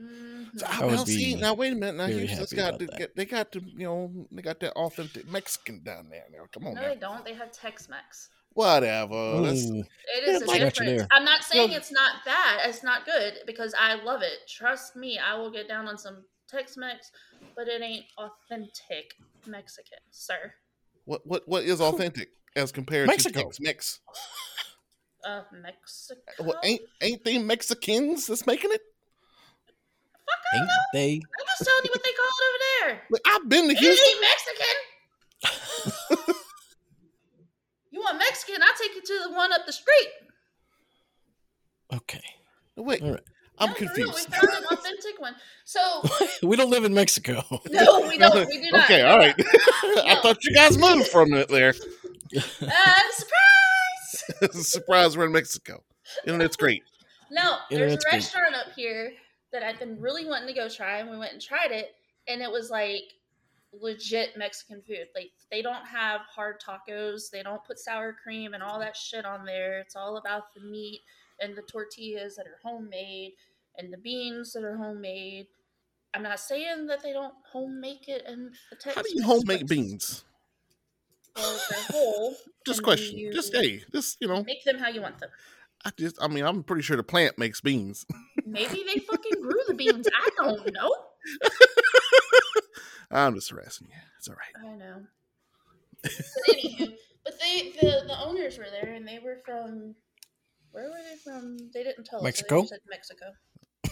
[SPEAKER 2] Mhm.
[SPEAKER 3] So I,
[SPEAKER 1] would
[SPEAKER 3] now, see,
[SPEAKER 1] be
[SPEAKER 3] now wait a minute. Now
[SPEAKER 1] very
[SPEAKER 3] Houston's
[SPEAKER 1] happy
[SPEAKER 3] got
[SPEAKER 1] about
[SPEAKER 3] the,
[SPEAKER 1] that.
[SPEAKER 3] get, they got the you know they got that authentic Mexican down there. Now come on,
[SPEAKER 2] No,
[SPEAKER 3] now.
[SPEAKER 2] they don't. They have Tex-Mex.
[SPEAKER 3] whatever. Uh, That's,
[SPEAKER 1] Ooh,
[SPEAKER 2] It
[SPEAKER 3] Yeah,
[SPEAKER 2] is a
[SPEAKER 3] like-
[SPEAKER 1] Got you
[SPEAKER 2] difference.
[SPEAKER 1] there.
[SPEAKER 2] I'm not saying
[SPEAKER 3] Well-
[SPEAKER 2] it's not bad. It's not good because I love it. Trust me, I will get down on some Tex-Mex, but it ain't authentic Mexican, sir.
[SPEAKER 3] what what what is authentic as compared
[SPEAKER 1] Mexico.
[SPEAKER 3] to Mex?
[SPEAKER 2] Uh, Mexico.
[SPEAKER 3] Well, ain't ain't they Mexicans that's making it?
[SPEAKER 2] Fuck, I don't
[SPEAKER 1] ain't
[SPEAKER 2] know.
[SPEAKER 1] they?
[SPEAKER 2] I'm just telling you what they call it over there.
[SPEAKER 3] Like, I've been to
[SPEAKER 2] It
[SPEAKER 3] Houston.
[SPEAKER 2] ain't Mexican. you want Mexican? I'll take you to the one up the street.
[SPEAKER 1] Okay,
[SPEAKER 3] Wait,
[SPEAKER 1] All right.
[SPEAKER 3] I'm
[SPEAKER 2] No, for real,
[SPEAKER 3] confused.
[SPEAKER 2] We found an authentic one. So
[SPEAKER 1] we don't live in Mexico.
[SPEAKER 2] no, we don't. We do not.
[SPEAKER 3] Okay, all right. I
[SPEAKER 2] No.
[SPEAKER 3] thought you guys moved from it there.
[SPEAKER 2] Uh, surprise.
[SPEAKER 3] Surprise, we're in Mexico. Internet's great.
[SPEAKER 2] No, there's
[SPEAKER 1] Internet's
[SPEAKER 2] a
[SPEAKER 1] great.
[SPEAKER 2] restaurant up here that I've been really wanting to go try, and we went and tried it, and it was like legit Mexican food. Like they don't have hard tacos, they don't put sour cream and all that shit on there. It's all about the meat and the tortillas that are homemade and the beans that are homemade. I'm not saying that they don't home make it in the Texas.
[SPEAKER 3] How do you homemade beans?
[SPEAKER 2] Well, they're whole.
[SPEAKER 3] Just
[SPEAKER 2] and
[SPEAKER 3] question.
[SPEAKER 2] you
[SPEAKER 3] Just hey, this you know,
[SPEAKER 2] Make them how you want them.
[SPEAKER 3] I just I mean I'm pretty sure the plant makes beans.
[SPEAKER 2] Maybe they fucking grew the beans. I don't know.
[SPEAKER 3] I'm just harassing you. It's all right.
[SPEAKER 2] I know. But anywho, but they the, the owners were there and they were from where were they from? They didn't tell
[SPEAKER 1] Mexico?
[SPEAKER 2] us. so they just said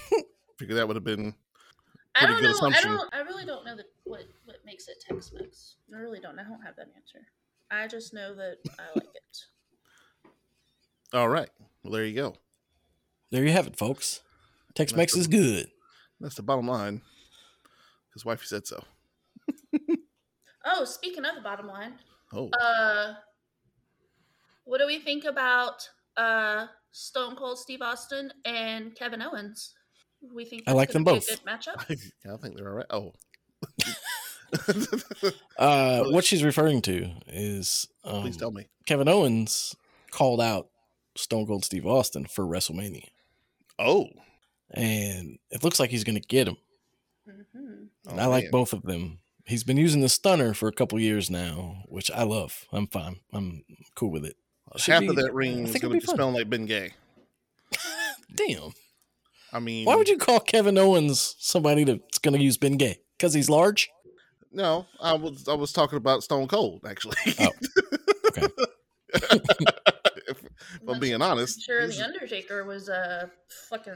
[SPEAKER 2] Mexico.
[SPEAKER 3] Figure that would have been
[SPEAKER 2] I
[SPEAKER 3] Pretty
[SPEAKER 2] don't
[SPEAKER 3] good
[SPEAKER 2] know.
[SPEAKER 3] assumption.
[SPEAKER 2] I don't. I really don't know the, what what makes it Tex Mex. I really don't. I don't have that answer. I just know that I like it.
[SPEAKER 3] all right. Well, there you go.
[SPEAKER 1] There you have it, folks. Tex-Mex is good.
[SPEAKER 3] That's the bottom line. His wife said so.
[SPEAKER 2] Oh, speaking of the bottom line,
[SPEAKER 3] Oh,
[SPEAKER 2] uh, what do we think about uh Stone Cold Steve Austin and Kevin Owens? We think
[SPEAKER 1] I
[SPEAKER 2] that's
[SPEAKER 1] like them
[SPEAKER 2] gonna be
[SPEAKER 1] both.
[SPEAKER 2] A good matchup.
[SPEAKER 3] I think they're all right. Oh,
[SPEAKER 1] Uh, what she's referring to is um,
[SPEAKER 3] please tell me.
[SPEAKER 1] Kevin Owens called out Stone Cold Steve Austin for WrestleMania,
[SPEAKER 3] Oh,
[SPEAKER 1] and it looks like he's going to get him.
[SPEAKER 2] Mm-hmm.
[SPEAKER 1] And I like
[SPEAKER 3] Oh, man.
[SPEAKER 1] both of them. He's been using the stunner for a couple years now, which I love. I'm fine. I'm cool with it. Should
[SPEAKER 3] half
[SPEAKER 1] be-
[SPEAKER 3] of that ring
[SPEAKER 1] I
[SPEAKER 3] is
[SPEAKER 1] think
[SPEAKER 3] going
[SPEAKER 1] it'll be
[SPEAKER 3] to be
[SPEAKER 1] fun.
[SPEAKER 3] smelling like Ben Gay.
[SPEAKER 1] Damn.
[SPEAKER 3] I mean,
[SPEAKER 1] Why would you call Kevin Owens somebody that's going to use Ben Gay? Because he's large?
[SPEAKER 3] No, I was I was talking about Stone Cold actually.
[SPEAKER 1] Oh, okay.
[SPEAKER 3] if, if I'm being honest,
[SPEAKER 2] I'm sure
[SPEAKER 3] this
[SPEAKER 2] the
[SPEAKER 3] is-
[SPEAKER 2] Undertaker was a fucking.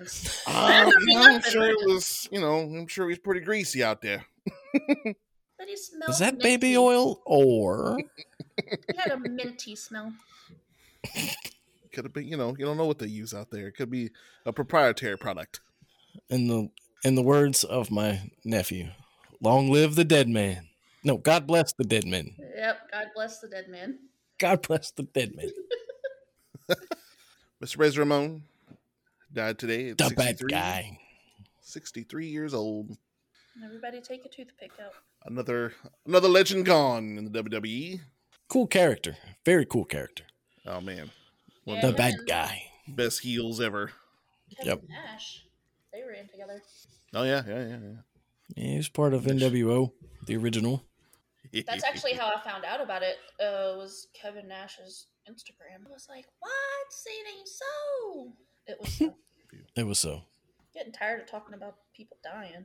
[SPEAKER 3] Uh,
[SPEAKER 2] Everything
[SPEAKER 3] yeah, I'm
[SPEAKER 2] up in
[SPEAKER 3] sure it
[SPEAKER 2] there.
[SPEAKER 3] was. You know, I'm sure he's pretty greasy out there.
[SPEAKER 2] But he smelled.
[SPEAKER 1] Is that
[SPEAKER 2] minty.
[SPEAKER 1] baby oil or
[SPEAKER 2] He had a minty smell.
[SPEAKER 3] Could have been. You know, you don't know what they use out there. It could be a proprietary product.
[SPEAKER 1] in the in the words of my nephew, long live the dead man. No, God bless the dead man.
[SPEAKER 2] Yep. God bless the dead man.
[SPEAKER 1] God bless the dead man.
[SPEAKER 3] Mr. Rez Ramon died today at
[SPEAKER 1] The
[SPEAKER 3] 63,
[SPEAKER 1] bad guy.
[SPEAKER 3] 63 years old.
[SPEAKER 2] Everybody take a toothpick out.
[SPEAKER 3] Another another legend gone in the E. WWE.
[SPEAKER 1] Cool character. Very cool character.
[SPEAKER 3] Oh man,
[SPEAKER 2] Yeah,
[SPEAKER 1] The
[SPEAKER 2] him
[SPEAKER 1] bad
[SPEAKER 2] and
[SPEAKER 1] guy.
[SPEAKER 3] best heels ever.
[SPEAKER 2] Kevin Nash, they ran together.
[SPEAKER 3] Oh yeah, yeah, yeah. yeah.
[SPEAKER 1] Yeah, he was part of NWO, the original.
[SPEAKER 2] That's actually how I found out about it. Uh, was Kevin Nash's Instagram. I was like, "What? Say it ain't so." It was so-
[SPEAKER 1] It was so.
[SPEAKER 2] getting tired of talking about people dying.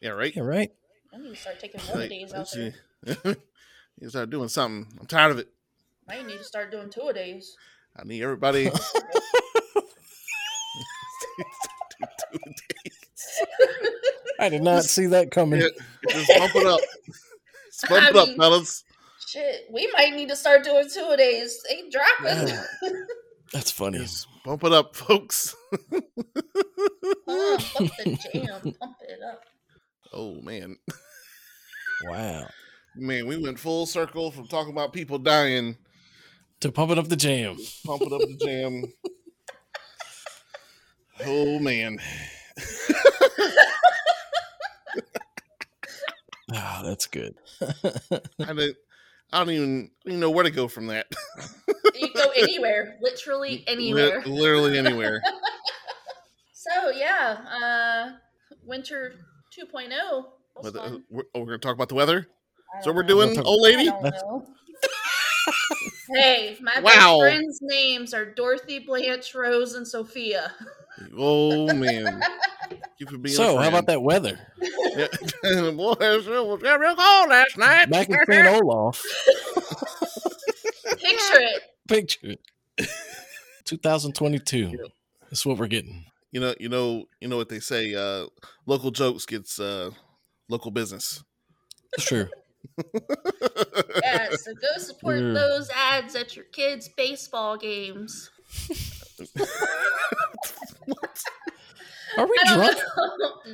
[SPEAKER 3] yeah, right.
[SPEAKER 1] Yeah, right?
[SPEAKER 2] I need to start taking
[SPEAKER 3] Like,
[SPEAKER 2] holidays out
[SPEAKER 3] let's
[SPEAKER 2] there.
[SPEAKER 3] see. you start doing something. I'm tired of it.
[SPEAKER 2] I need to start doing two a days.
[SPEAKER 3] I need everybody.
[SPEAKER 1] I did not see that coming.
[SPEAKER 3] Yeah, just bump it up. Just bump it up,
[SPEAKER 2] I mean-
[SPEAKER 3] fellas.
[SPEAKER 2] Shit, we might need to start doing two a days. They dropping.
[SPEAKER 1] Oh. That's funny.
[SPEAKER 3] Just bump it up, folks.
[SPEAKER 2] oh, pump the jam, pump it up.
[SPEAKER 3] Oh man,
[SPEAKER 1] Wow.
[SPEAKER 3] man, we went full circle from talking about people dying,
[SPEAKER 1] To pumping up the jam.
[SPEAKER 3] pumping up the jam. Oh man,
[SPEAKER 1] Ah, that's good.
[SPEAKER 3] I didn't. I don't even, I don't even know where to go from that.
[SPEAKER 2] You can go anywhere, literally
[SPEAKER 3] Lit-
[SPEAKER 2] anywhere.
[SPEAKER 3] literally anywhere.
[SPEAKER 2] So yeah, uh, Winter 2.0. was
[SPEAKER 3] But the-
[SPEAKER 2] fun.
[SPEAKER 3] we're, oh, we're gonna talk about the weather.
[SPEAKER 2] I
[SPEAKER 3] So
[SPEAKER 2] don't
[SPEAKER 3] we're
[SPEAKER 1] Uh,
[SPEAKER 2] know.
[SPEAKER 3] doing
[SPEAKER 1] That's a-
[SPEAKER 3] old
[SPEAKER 2] I
[SPEAKER 3] lady.
[SPEAKER 2] don't know. hey, my
[SPEAKER 3] Wow.
[SPEAKER 2] best friends' names are Dorothy, Blanche, Rose, and Sophia.
[SPEAKER 3] Oh man, you for being.
[SPEAKER 1] So, how about that weather?
[SPEAKER 3] that? Boy, it sure was got real cold last night.
[SPEAKER 1] Back in St. Olaf,
[SPEAKER 2] Picture it.
[SPEAKER 1] picture it. 2022. That's what we're getting.
[SPEAKER 3] you know, you know, you know what they say. Uh, local jokes gets uh, local business.
[SPEAKER 1] It's true.
[SPEAKER 2] Yeah, so go support
[SPEAKER 1] Mm.
[SPEAKER 2] those ads at your kids' baseball games.
[SPEAKER 1] Are we
[SPEAKER 2] I don't
[SPEAKER 1] drunk?
[SPEAKER 2] know.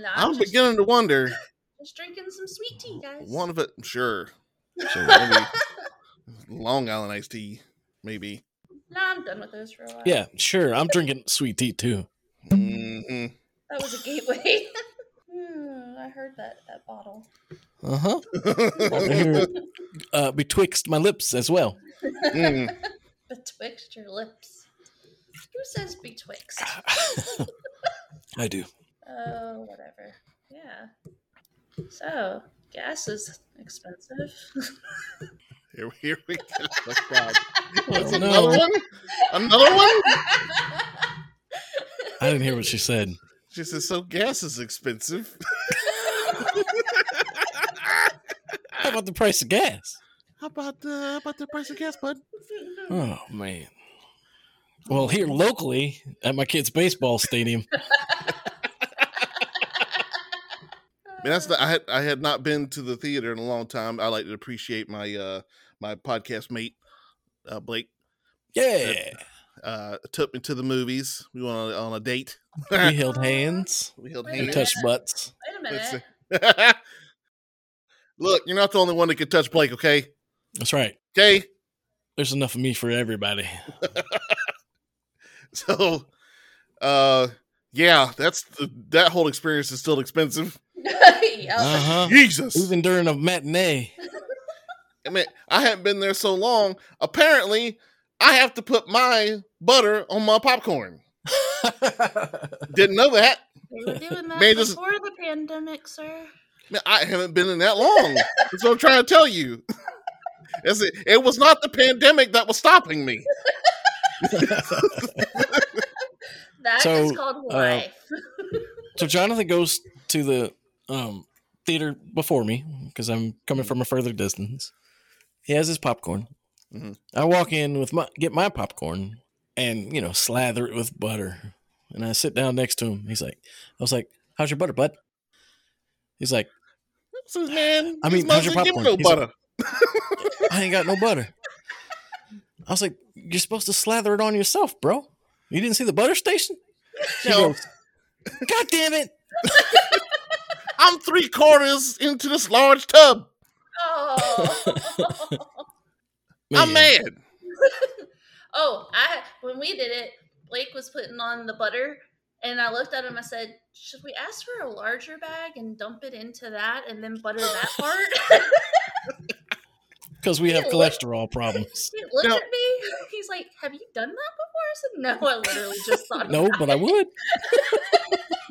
[SPEAKER 2] Nah, I'm
[SPEAKER 3] I'm
[SPEAKER 2] just,
[SPEAKER 3] beginning to wonder.
[SPEAKER 2] just drinking some sweet tea, guys.
[SPEAKER 3] One of it, sure. Sure, maybe Long Island iced tea, maybe.
[SPEAKER 2] Nah, I'm done with those for a while.
[SPEAKER 1] Yeah, sure. I'm drinking sweet tea too.
[SPEAKER 3] Mhm.
[SPEAKER 2] That was a gateway. hmm, I heard that, that bottle.
[SPEAKER 1] Uh huh. Over here, uh, betwixt my lips as well.
[SPEAKER 3] Mm.
[SPEAKER 2] Betwixt your lips. Who says betwixt?
[SPEAKER 1] I do.
[SPEAKER 2] Oh, whatever. Yeah. So, gas is expensive.
[SPEAKER 3] Here, here we go. Let's go.
[SPEAKER 1] Oh,
[SPEAKER 3] Another
[SPEAKER 1] no,
[SPEAKER 3] one? Another one?
[SPEAKER 1] I didn't hear what she said.
[SPEAKER 3] She says, so gas is expensive.
[SPEAKER 1] How about the price of gas?
[SPEAKER 3] How about the how about the price of gas, bud?
[SPEAKER 1] Oh man. Well, here locally at my kid's baseball stadium,
[SPEAKER 3] I
[SPEAKER 2] Um,
[SPEAKER 3] mean, that's the I had I had not been to the theater in a long time. I like to appreciate my uh my podcast mate, uh Blake.
[SPEAKER 1] yeah,
[SPEAKER 3] Uh took me to the movies. We went on, on a date.
[SPEAKER 1] we held hands,
[SPEAKER 3] We held
[SPEAKER 1] we
[SPEAKER 2] Yeah.
[SPEAKER 3] hands.
[SPEAKER 1] touched butts.
[SPEAKER 2] Wait a
[SPEAKER 3] Let's
[SPEAKER 2] minute.
[SPEAKER 3] see. Look, you're not the only one that can touch Blake, okay?
[SPEAKER 1] That's right.
[SPEAKER 3] Okay.
[SPEAKER 1] There's enough of me for everybody.
[SPEAKER 3] So uh yeah, that's the, that whole experience is still expensive.
[SPEAKER 2] Yep.
[SPEAKER 1] Uh
[SPEAKER 3] Oh,
[SPEAKER 1] huh.
[SPEAKER 3] Jesus.
[SPEAKER 1] Even during a matinee,
[SPEAKER 3] I mean, I haven't been there so long. Apparently, I have to put my butter on my popcorn. Didn't know that.
[SPEAKER 2] They were doing that
[SPEAKER 3] Man, this is-
[SPEAKER 2] before the pandemic, sir.
[SPEAKER 3] I, mean, I haven't been in that long. That's what I'm trying to tell you. That's it. It was not the pandemic that was stopping me.
[SPEAKER 2] That is
[SPEAKER 1] So,
[SPEAKER 2] called
[SPEAKER 1] uh,
[SPEAKER 2] life.
[SPEAKER 1] so Jonathan goes to the um, theater before me because I'm coming from a further distance. He has his popcorn.
[SPEAKER 3] Mhm.
[SPEAKER 1] I walk in with my get my popcorn and you know slather it with butter, and I sit down next to him. He's like, I was like, "How's your butter, bud?" He's like,
[SPEAKER 3] So, man,
[SPEAKER 1] I
[SPEAKER 3] these
[SPEAKER 1] mean, how's your
[SPEAKER 3] motherfuckers give me
[SPEAKER 1] popcorn?
[SPEAKER 3] no
[SPEAKER 1] He's like-
[SPEAKER 3] butter.
[SPEAKER 1] I ain't got no butter. I was like, you're supposed to slather it on yourself, bro. You didn't see the butter station? She
[SPEAKER 3] No.
[SPEAKER 1] goes, God damn it.
[SPEAKER 3] I'm three quarters into this large tub.
[SPEAKER 2] Oh.
[SPEAKER 3] I'm mad.
[SPEAKER 2] oh, I when we did it, Blake was putting on the butter, and I looked at him. I said, "Should we ask for a larger bag and dump it into that, and then butter that part?"
[SPEAKER 1] Because we have
[SPEAKER 2] Ew.
[SPEAKER 1] cholesterol problems.
[SPEAKER 2] he looked
[SPEAKER 3] No.
[SPEAKER 2] at me. He's like, "Have you done that before?" I said, "No, I literally just thought."
[SPEAKER 1] No,
[SPEAKER 2] about
[SPEAKER 1] but I
[SPEAKER 2] it."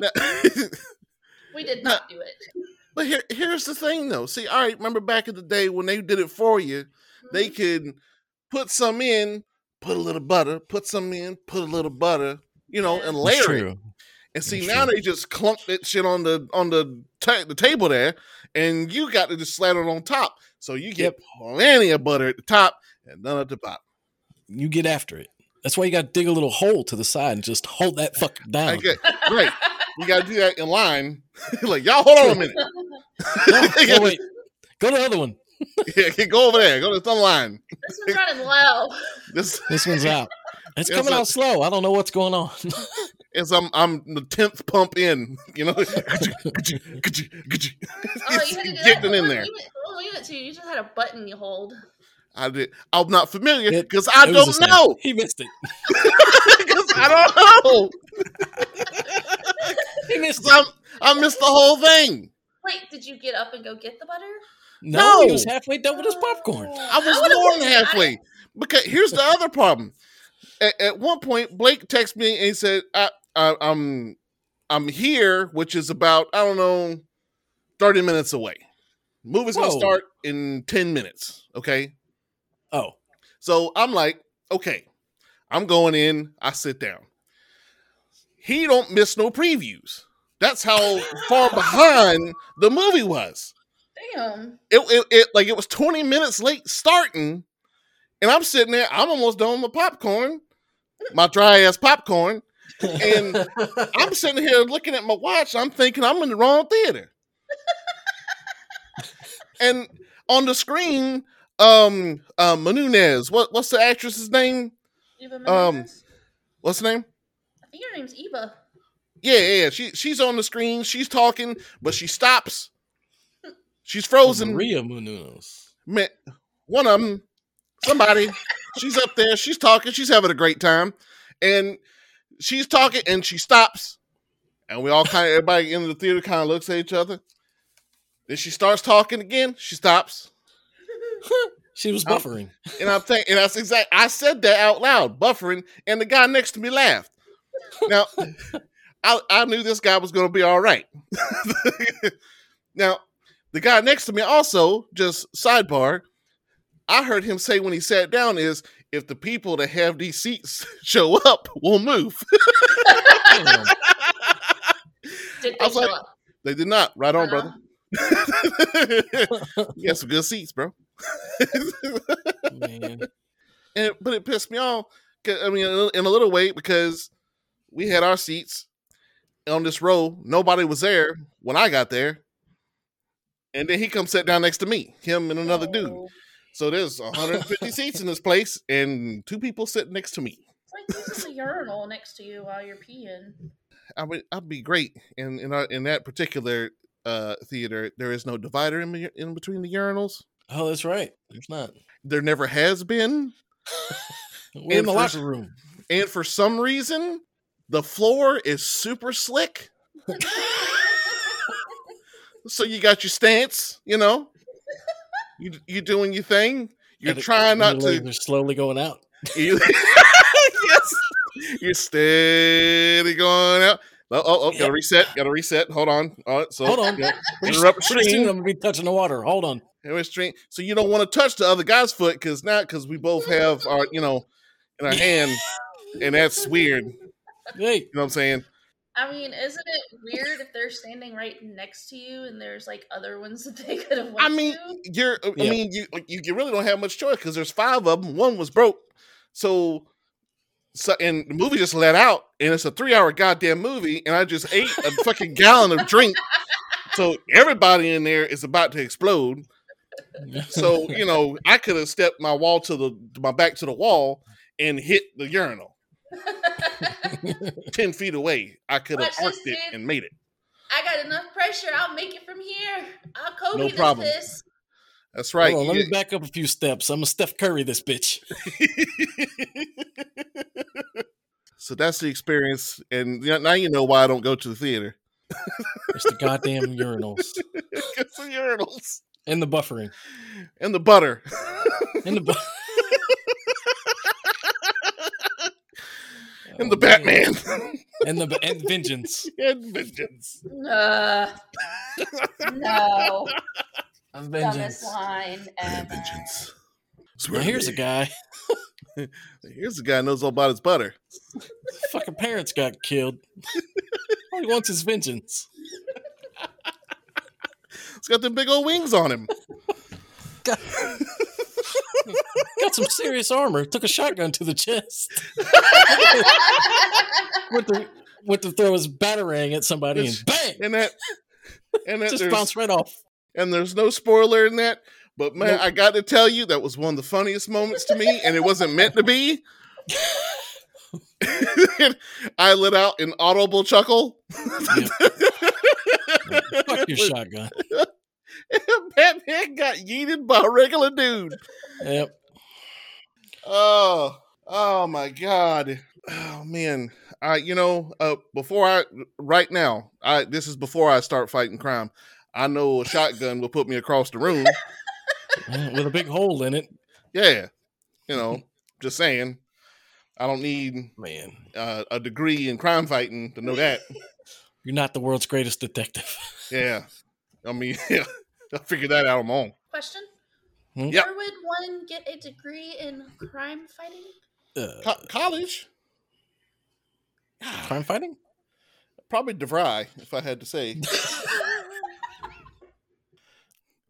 [SPEAKER 1] would.
[SPEAKER 3] Now-
[SPEAKER 2] We did not do it.
[SPEAKER 3] But here, here's the thing, though. See, all right, remember back in the day when they did it for you, they
[SPEAKER 1] Mm-hmm.
[SPEAKER 3] could put some in, put a little butter, put some in, put a little butter, you know,
[SPEAKER 1] It's
[SPEAKER 3] and layer it.
[SPEAKER 1] true.
[SPEAKER 3] And see,
[SPEAKER 1] That's
[SPEAKER 3] now
[SPEAKER 1] true.
[SPEAKER 3] they just clunk that shit on the on the ta- the table there, and you got to just slather it on top. So you get plenty of butter at the top and none at the bottom.
[SPEAKER 1] You get after it. That's why you got to dig a little hole to the side and just hold that fucking down.
[SPEAKER 3] I get uh, right. You got to do that in line. like y'all, hold on a minute.
[SPEAKER 1] No, no, Oh, wait. Go to the other one.
[SPEAKER 3] yeah, go over there. Go to some line.
[SPEAKER 2] This one's running low.
[SPEAKER 3] This
[SPEAKER 1] This one's out. It's
[SPEAKER 3] Yeah,
[SPEAKER 1] coming
[SPEAKER 3] so-
[SPEAKER 1] out slow. I don't know what's going on.
[SPEAKER 3] as I'm I'm the tenth pump in, you know,
[SPEAKER 2] Oh, you had to do that.
[SPEAKER 3] getting
[SPEAKER 2] The
[SPEAKER 3] in
[SPEAKER 2] one
[SPEAKER 3] there.
[SPEAKER 2] we went- the one we went to, you just had a button you hold.
[SPEAKER 3] I did. I'm not familiar
[SPEAKER 1] It-
[SPEAKER 3] because I
[SPEAKER 1] It was
[SPEAKER 3] don't
[SPEAKER 1] the same.
[SPEAKER 3] know.
[SPEAKER 1] He missed it.
[SPEAKER 3] 'Cause I don't
[SPEAKER 1] Oh.
[SPEAKER 3] know.
[SPEAKER 1] He missed
[SPEAKER 3] 'Cause I'm- I missed the whole thing.
[SPEAKER 2] Wait, did you get up and go get the butter? Oh.
[SPEAKER 1] No, he
[SPEAKER 3] No.
[SPEAKER 1] was halfway done with his popcorn.
[SPEAKER 3] I was
[SPEAKER 2] would've
[SPEAKER 3] more than
[SPEAKER 2] went-
[SPEAKER 3] halfway. Because here's the other problem. At, at one point, Blake texted me and he said, I, I, "I'm I'm here, which is about I don't know, thirty minutes away. Movie's gonna
[SPEAKER 1] Whoa.
[SPEAKER 3] start in ten minutes. Okay,
[SPEAKER 1] Oh,
[SPEAKER 3] so I'm like, okay, I'm going in. I sit down. He don't miss no previews. That's how far behind the movie was.
[SPEAKER 2] Damn.
[SPEAKER 3] It, it, it like it was 20 minutes late starting, and I'm sitting there. I'm almost done with my popcorn, my dry ass popcorn. And- I'm sitting here looking at my watch. I'm thinking I'm in the wrong theater. and on the screen, um, uh, Menunez. What what's the actress's name?
[SPEAKER 2] Eva
[SPEAKER 3] Um,
[SPEAKER 2] Menendez?
[SPEAKER 3] What's her name?
[SPEAKER 2] I think her name's Eva.
[SPEAKER 3] Yeah, yeah. yeah. She she's on the screen. She's talking, but she stops. She's frozen.
[SPEAKER 1] Maria Menounos.
[SPEAKER 3] Ma- One of them, somebody. she's up there. She's talking. She's having a great time, and she's talking, and she stops, and we all kind of everybody in the theater kind of looks at each other. Then she starts talking again. She stops,
[SPEAKER 1] She was
[SPEAKER 3] I'm-
[SPEAKER 1] buffering.
[SPEAKER 3] and I'm thinking, and that's exact. I said that out loud, buffering, and the guy next to me laughed. Now, I I knew this guy was going to be all right. now, the guy next to me also just sidebar. I heard him say when he sat down is if the people that have these seats show up, we'll move.
[SPEAKER 1] Damn.
[SPEAKER 2] Did
[SPEAKER 3] I
[SPEAKER 2] they
[SPEAKER 3] was
[SPEAKER 2] show
[SPEAKER 3] like,
[SPEAKER 2] up?
[SPEAKER 3] They did not. Right on,
[SPEAKER 2] Uh-huh.
[SPEAKER 3] brother. you got some good seats, bro.
[SPEAKER 1] Man.
[SPEAKER 3] and but it pissed me off. 'cause- I mean, in a- in a little way because we had our seats on this row. Nobody was there when I got there, and then he come sat down next to me, him and another dude.
[SPEAKER 2] Oh.
[SPEAKER 3] So there's 150 seats in this place, and two people sitting next to me.
[SPEAKER 2] It's like using a urinal next to you while you're peeing.
[SPEAKER 3] I would I'd be great in in our, in that particular uh theater. There is no divider in be- in between the urinals.
[SPEAKER 1] Oh, that's right. There's not.
[SPEAKER 3] There never has been,
[SPEAKER 1] We're in the
[SPEAKER 3] Infamous.
[SPEAKER 1] locker room.
[SPEAKER 3] and for some reason, the floor is super slick. So you got your stance, you know. You you doing your thing. You're
[SPEAKER 1] And it-
[SPEAKER 3] trying not
[SPEAKER 1] your legs
[SPEAKER 3] to.
[SPEAKER 1] are slowly going out.
[SPEAKER 3] you- yes, you're steady going out. Oh, oh, oh
[SPEAKER 1] Yeah.
[SPEAKER 3] gotta reset. Gotta reset. Hold on. All right, so
[SPEAKER 1] Hold on.
[SPEAKER 3] yeah,
[SPEAKER 1] Pretty
[SPEAKER 3] interrupt
[SPEAKER 1] soon- pretty soon
[SPEAKER 3] stream.
[SPEAKER 1] I'm gonna be touching the water. Hold on.
[SPEAKER 3] interrupt stream. So you don't want to touch the other guy's foot because now because we both have our you know in our hand, and that's weird. You
[SPEAKER 1] Hey,
[SPEAKER 3] know what I'm saying?
[SPEAKER 2] I mean, isn't it weird if they're standing right next to you and there's like other ones that they could have went
[SPEAKER 3] I mean,
[SPEAKER 2] to?
[SPEAKER 3] you're. uh, I
[SPEAKER 1] Yeah.
[SPEAKER 3] mean, you, like, you you really don't have much choice because there's five of them. One was broke, so so and the movie just let out, and it's a three hour goddamn movie, and I just ate a fucking gallon of drink, so everybody in there is about to explode. So you know, I could have stepped my wall to the to my back to the wall and hit the urinal ten feet away. I could have
[SPEAKER 2] Watch this,
[SPEAKER 3] parked it
[SPEAKER 2] dude.
[SPEAKER 3] and made it.
[SPEAKER 2] I got enough pressure. I'll make it from here. I'll Kobe
[SPEAKER 3] No
[SPEAKER 2] this.
[SPEAKER 3] problem.
[SPEAKER 2] This.
[SPEAKER 3] That's right.
[SPEAKER 1] Hold on,
[SPEAKER 3] You-
[SPEAKER 1] let me back up a few steps. I'm a Steph Curry this bitch.
[SPEAKER 3] so that's the experience, and you know, now you know why I don't go to the theater.
[SPEAKER 1] It's the goddamn urinals
[SPEAKER 3] Because the urinals
[SPEAKER 1] and the buffering
[SPEAKER 3] and the butter.
[SPEAKER 1] and the bu-
[SPEAKER 3] and
[SPEAKER 1] Oh, man.
[SPEAKER 3] the Batman.
[SPEAKER 1] and the and vengeance.
[SPEAKER 3] and vengeance.
[SPEAKER 2] Uh, no.
[SPEAKER 1] Of
[SPEAKER 2] Dumbest
[SPEAKER 1] vengeance.
[SPEAKER 2] line ever.
[SPEAKER 3] Swear
[SPEAKER 1] Now
[SPEAKER 3] to
[SPEAKER 1] here's a
[SPEAKER 3] me.
[SPEAKER 1] guy.
[SPEAKER 3] Here's a guy who knows all about his butter.
[SPEAKER 1] Fucking parents got killed. All he wants is vengeance.
[SPEAKER 3] He's got them big old wings on him.
[SPEAKER 1] Got some serious armor. Took a shotgun to the chest. went to went to throw his batarang at somebody and bang,
[SPEAKER 3] And that and that
[SPEAKER 1] just
[SPEAKER 3] there's,
[SPEAKER 1] bounced right off.
[SPEAKER 3] and there's no spoiler in that. But man,
[SPEAKER 1] Nope.
[SPEAKER 3] I got to tell you, that was one of the funniest moments to me, and it wasn't meant to be. I let out an audible chuckle.
[SPEAKER 1] Fuck your shotgun.
[SPEAKER 3] Batman got yeeted by a regular dude.
[SPEAKER 1] Yep.
[SPEAKER 3] Oh, oh my God. Oh man. I you know, uh before I right now, I this is before I start fighting crime. I know a shotgun will put me across the room.
[SPEAKER 1] With a big hole in it.
[SPEAKER 3] Yeah. You know, just saying. I don't need
[SPEAKER 1] Man.
[SPEAKER 3] uh, a degree in crime fighting to know that.
[SPEAKER 1] You're not the world's greatest detective.
[SPEAKER 3] Yeah. I mean, yeah. I figured that out on my own.
[SPEAKER 2] Question.
[SPEAKER 1] Hmm?
[SPEAKER 3] Yep.
[SPEAKER 2] Where would one get a degree in crime fighting?
[SPEAKER 1] Uh,
[SPEAKER 3] Co- college? Ah.
[SPEAKER 1] crime fighting?
[SPEAKER 3] Probably DeVry, if I had to say.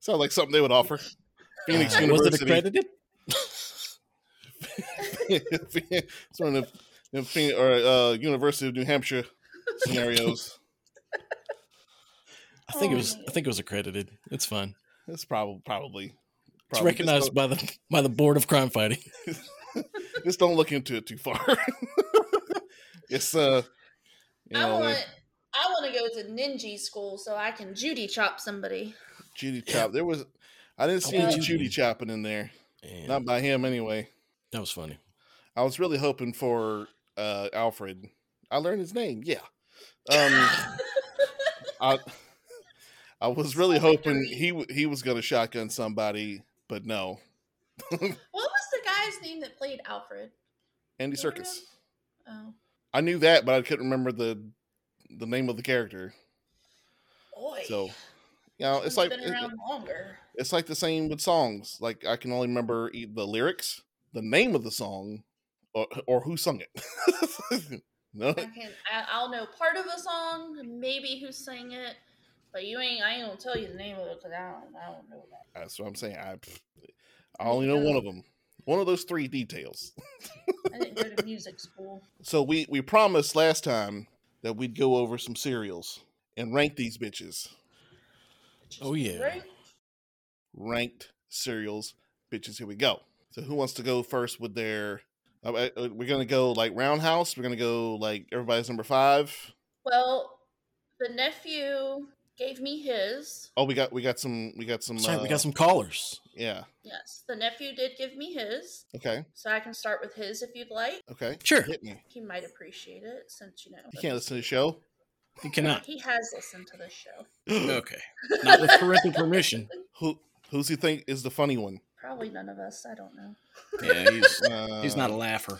[SPEAKER 3] Sounds like something they would offer. Phoenix
[SPEAKER 1] Uh, was it
[SPEAKER 3] University.
[SPEAKER 1] accredited?
[SPEAKER 3] it's one of the Phoenix, or, uh, University of New Hampshire scenarios.
[SPEAKER 1] I think it was. I think it was accredited. It's fine.
[SPEAKER 3] That's probably probably.
[SPEAKER 1] It's
[SPEAKER 3] probably.
[SPEAKER 1] recognized
[SPEAKER 3] Just
[SPEAKER 1] by the by the board of crime fighting.
[SPEAKER 3] don't, just don't look into it too far. it's uh, you
[SPEAKER 2] I
[SPEAKER 3] know,
[SPEAKER 2] want. I want to go to ninja school so I can Judy chop somebody.
[SPEAKER 3] Judy Chop. There was, I didn't see
[SPEAKER 2] want
[SPEAKER 3] any
[SPEAKER 1] Judy.
[SPEAKER 3] Judy chopping in there.
[SPEAKER 1] And
[SPEAKER 3] Not by him anyway.
[SPEAKER 1] that was funny.
[SPEAKER 3] I was really hoping for uh Alfred. I learned his name. Yeah. Um, I I was really hoping he w- he was gonna shotgun somebody, but no.
[SPEAKER 2] What was the guy's name that played Alfred?
[SPEAKER 3] Andy
[SPEAKER 2] Do you remember
[SPEAKER 3] Circus.
[SPEAKER 2] him? Oh,
[SPEAKER 3] I knew that, but I couldn't remember the the name of the character.
[SPEAKER 2] boy.
[SPEAKER 3] So, you know, it's like
[SPEAKER 2] been around longer.
[SPEAKER 3] it's like the same with songs. Like I can only remember e- the lyrics, the name of the song, or, or who sung it. no,
[SPEAKER 2] I can. I, I'll know part of a song, maybe who sang it, but you ain't. I ain't gonna tell you the name of it because I don't. I don't know that.
[SPEAKER 3] that's what I'm saying. I I only know one of them. One of those three details.
[SPEAKER 2] I didn't go to music school.
[SPEAKER 3] So we we promised last time that we'd go over some cereals and rank these bitches.
[SPEAKER 2] which is
[SPEAKER 1] Oh, yeah.
[SPEAKER 2] great.
[SPEAKER 3] Ranked cereals, bitches. Here we go. So who wants to go first with their? uh, uh, uh, We're gonna go like Roundhouse. We're gonna go like everybody's number five.
[SPEAKER 2] Well, the nephew gave me his.
[SPEAKER 3] Oh, we got we got some we got some
[SPEAKER 1] That's right. We
[SPEAKER 3] uh,
[SPEAKER 1] got some callers.
[SPEAKER 3] yeah
[SPEAKER 2] Yes, the nephew did give me his,
[SPEAKER 3] okay
[SPEAKER 2] so I can start with his if you'd like.
[SPEAKER 3] okay
[SPEAKER 1] Sure.
[SPEAKER 3] hit me.
[SPEAKER 2] He might appreciate it since you know
[SPEAKER 3] You can't listen to the show.
[SPEAKER 1] You cannot.
[SPEAKER 2] He has listened to this show.
[SPEAKER 1] Okay. Not with parental permission.
[SPEAKER 3] Who who's he think is the funny one?
[SPEAKER 2] Probably none of us. I don't know.
[SPEAKER 1] Yeah, he's
[SPEAKER 3] Uh,
[SPEAKER 1] he's not a laugher.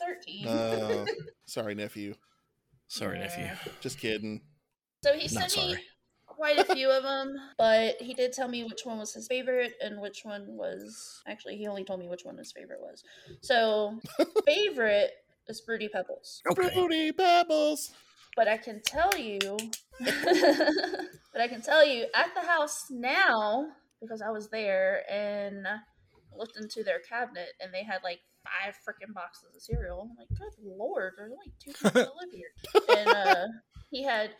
[SPEAKER 2] Thirteen.
[SPEAKER 3] uh, sorry, nephew.
[SPEAKER 1] Sorry,
[SPEAKER 2] Yeah.
[SPEAKER 1] nephew.
[SPEAKER 3] Just kidding.
[SPEAKER 2] so he
[SPEAKER 1] Not
[SPEAKER 2] sent me
[SPEAKER 1] sorry.
[SPEAKER 2] quite a few of them, but he did tell me which one was his favorite and which one was actually he only told me which one his favorite was. So favorite is Fruity Pebbles,
[SPEAKER 1] Okay.
[SPEAKER 3] Fruity Pebbles.
[SPEAKER 2] but I can tell you, but I can tell you at the house now because I was there and looked into their cabinet and they had like five freaking boxes of cereal. I'm like, good lord, there's only two people that live here. And uh, he had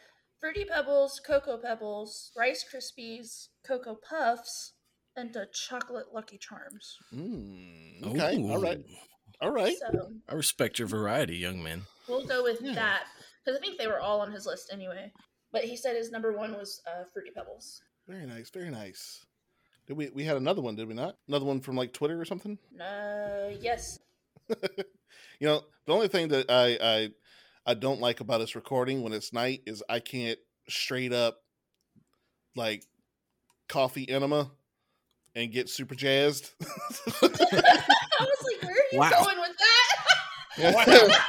[SPEAKER 2] Fruity Pebbles, Cocoa Pebbles, Rice Krispies, Cocoa Puffs, and the chocolate Lucky Charms.
[SPEAKER 3] Mm, okay. All right.
[SPEAKER 1] Ooh.
[SPEAKER 3] All right.
[SPEAKER 2] So
[SPEAKER 1] I respect your variety, young man.
[SPEAKER 2] we'll go with
[SPEAKER 3] Yeah.
[SPEAKER 2] that because I think they were all on his list anyway. But he said his number one was uh, Fruity Pebbles.
[SPEAKER 3] Very nice. Very nice. Did we we had another one? Did we not? Another one from like Twitter or something?
[SPEAKER 2] Uh, yes.
[SPEAKER 3] You know, the only thing that I I I don't like about this recording when it's night is I can't straight up like coffee enema and get super jazzed.
[SPEAKER 2] I was like, where are you
[SPEAKER 1] Wow.
[SPEAKER 2] going with that?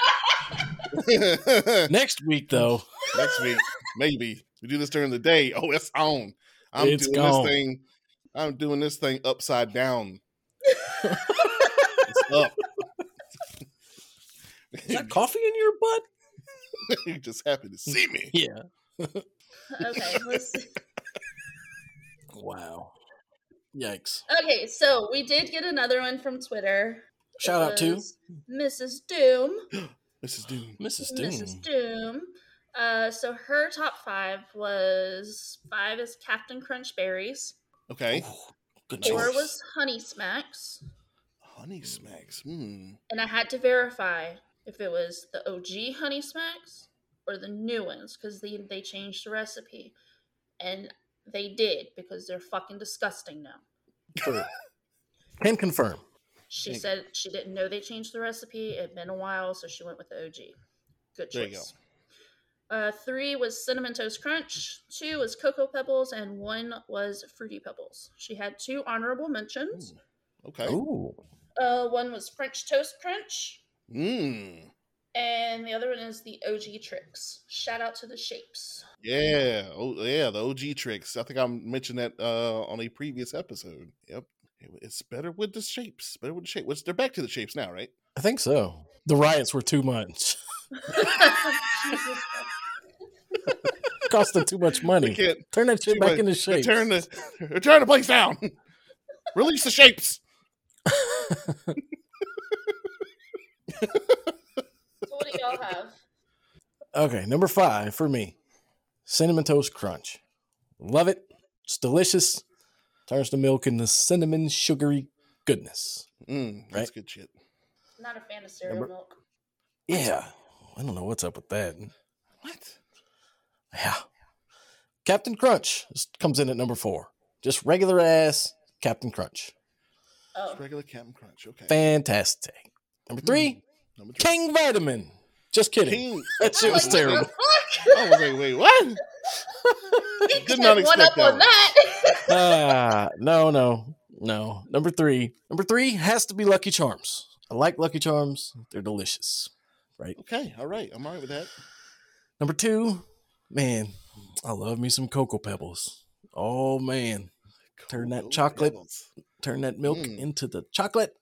[SPEAKER 3] Next
[SPEAKER 1] Next week, though,
[SPEAKER 3] week, maybe we do this during the day. Oh, it's on. I'm
[SPEAKER 1] It's
[SPEAKER 3] doing
[SPEAKER 1] gone.
[SPEAKER 3] this thing. I'm doing this thing upside down. It's up.
[SPEAKER 1] is that coffee in your butt?
[SPEAKER 3] you just happy to see me.
[SPEAKER 1] Yeah.
[SPEAKER 2] okay, let's
[SPEAKER 1] Wow. Yikes.
[SPEAKER 2] Okay, so we did get another one from Twitter. It
[SPEAKER 1] Shout out to
[SPEAKER 2] was Mrs. Doom.
[SPEAKER 3] This is Doom.
[SPEAKER 1] Mrs.
[SPEAKER 2] Mrs.
[SPEAKER 1] Doom.
[SPEAKER 2] Doom. Uh, so her top five was five is Captain Crunch Berries,
[SPEAKER 3] Okay.
[SPEAKER 1] Ooh, good
[SPEAKER 2] four
[SPEAKER 1] choice.
[SPEAKER 2] was Honey Smacks,
[SPEAKER 1] Oh,
[SPEAKER 3] Honey smacks. Hmm.
[SPEAKER 2] and I had to verify if it was the OG Honey Smacks or the new ones because they, they changed the recipe. And they did because they're fucking disgusting now.
[SPEAKER 1] True. Can confirm.
[SPEAKER 2] She
[SPEAKER 3] Thank-
[SPEAKER 2] said she didn't know they changed the recipe. It had been a while, so she went with the OG. Good choice.
[SPEAKER 3] There you go.
[SPEAKER 2] Uh, three was Cinnamon Toast Crunch, two was Cocoa Pebbles, and one was Fruity Pebbles. She had two honorable mentions.
[SPEAKER 3] Okay.
[SPEAKER 1] Ooh.
[SPEAKER 2] Uh, one was French Toast Crunch,
[SPEAKER 3] Mmm.
[SPEAKER 2] And the other one is the OG tricks. Shout out to the shapes.
[SPEAKER 3] Yeah. Oh, yeah. The OG tricks. I think I mentioned that uh, on a previous episode. Yep. It- It's better with the shapes. Better with the shape. Which they're back to the shapes now, right?
[SPEAKER 1] I think so. The riots were too much.
[SPEAKER 2] Jesus Christ.
[SPEAKER 1] Cost them too much
[SPEAKER 3] They
[SPEAKER 1] money.
[SPEAKER 3] can't
[SPEAKER 1] Turn that shit
[SPEAKER 3] too
[SPEAKER 1] back
[SPEAKER 3] much.
[SPEAKER 1] into shape.
[SPEAKER 3] Turn the turn the place down. Release the shapes.
[SPEAKER 2] So what do y'all have?
[SPEAKER 1] Okay, number five for me, cinnamon toast crunch. Love it. It's delicious. Turns the milk into cinnamon sugary goodness.
[SPEAKER 3] Mm, that's
[SPEAKER 1] Right.
[SPEAKER 3] good shit.
[SPEAKER 2] Not a fan of cereal
[SPEAKER 3] Number-
[SPEAKER 2] milk.
[SPEAKER 1] Yeah, I don't know what's up with that.
[SPEAKER 3] What?
[SPEAKER 1] Yeah, Captain Crunch is- comes in at number four. Just regular ass Captain Crunch.
[SPEAKER 2] Oh,
[SPEAKER 3] Just regular Captain Crunch. Okay.
[SPEAKER 1] Fantastic. Uh, Number three,
[SPEAKER 3] Number three.
[SPEAKER 1] King Vitamin. Just kidding.
[SPEAKER 3] Mm. King.
[SPEAKER 1] That shit was
[SPEAKER 2] I'm like,
[SPEAKER 1] terrible.
[SPEAKER 2] what
[SPEAKER 3] I was like, Oh, wait, what?
[SPEAKER 2] the fuck?
[SPEAKER 3] Did not
[SPEAKER 2] Can't one
[SPEAKER 3] expect
[SPEAKER 2] up
[SPEAKER 3] that
[SPEAKER 2] on
[SPEAKER 3] one.
[SPEAKER 2] that.
[SPEAKER 1] ah, no, no, no. Number three. Number three has to be Lucky Charms. I like Lucky Charms. They're delicious.
[SPEAKER 3] Okay. All right. I'm all right with that.
[SPEAKER 1] Number two, man, I love me some Cocoa Pebbles. Oh man, Turn that
[SPEAKER 3] Cocoa
[SPEAKER 1] chocolate-
[SPEAKER 3] Pebbles.
[SPEAKER 1] turn that milk
[SPEAKER 3] Mm.
[SPEAKER 1] into the chocolate.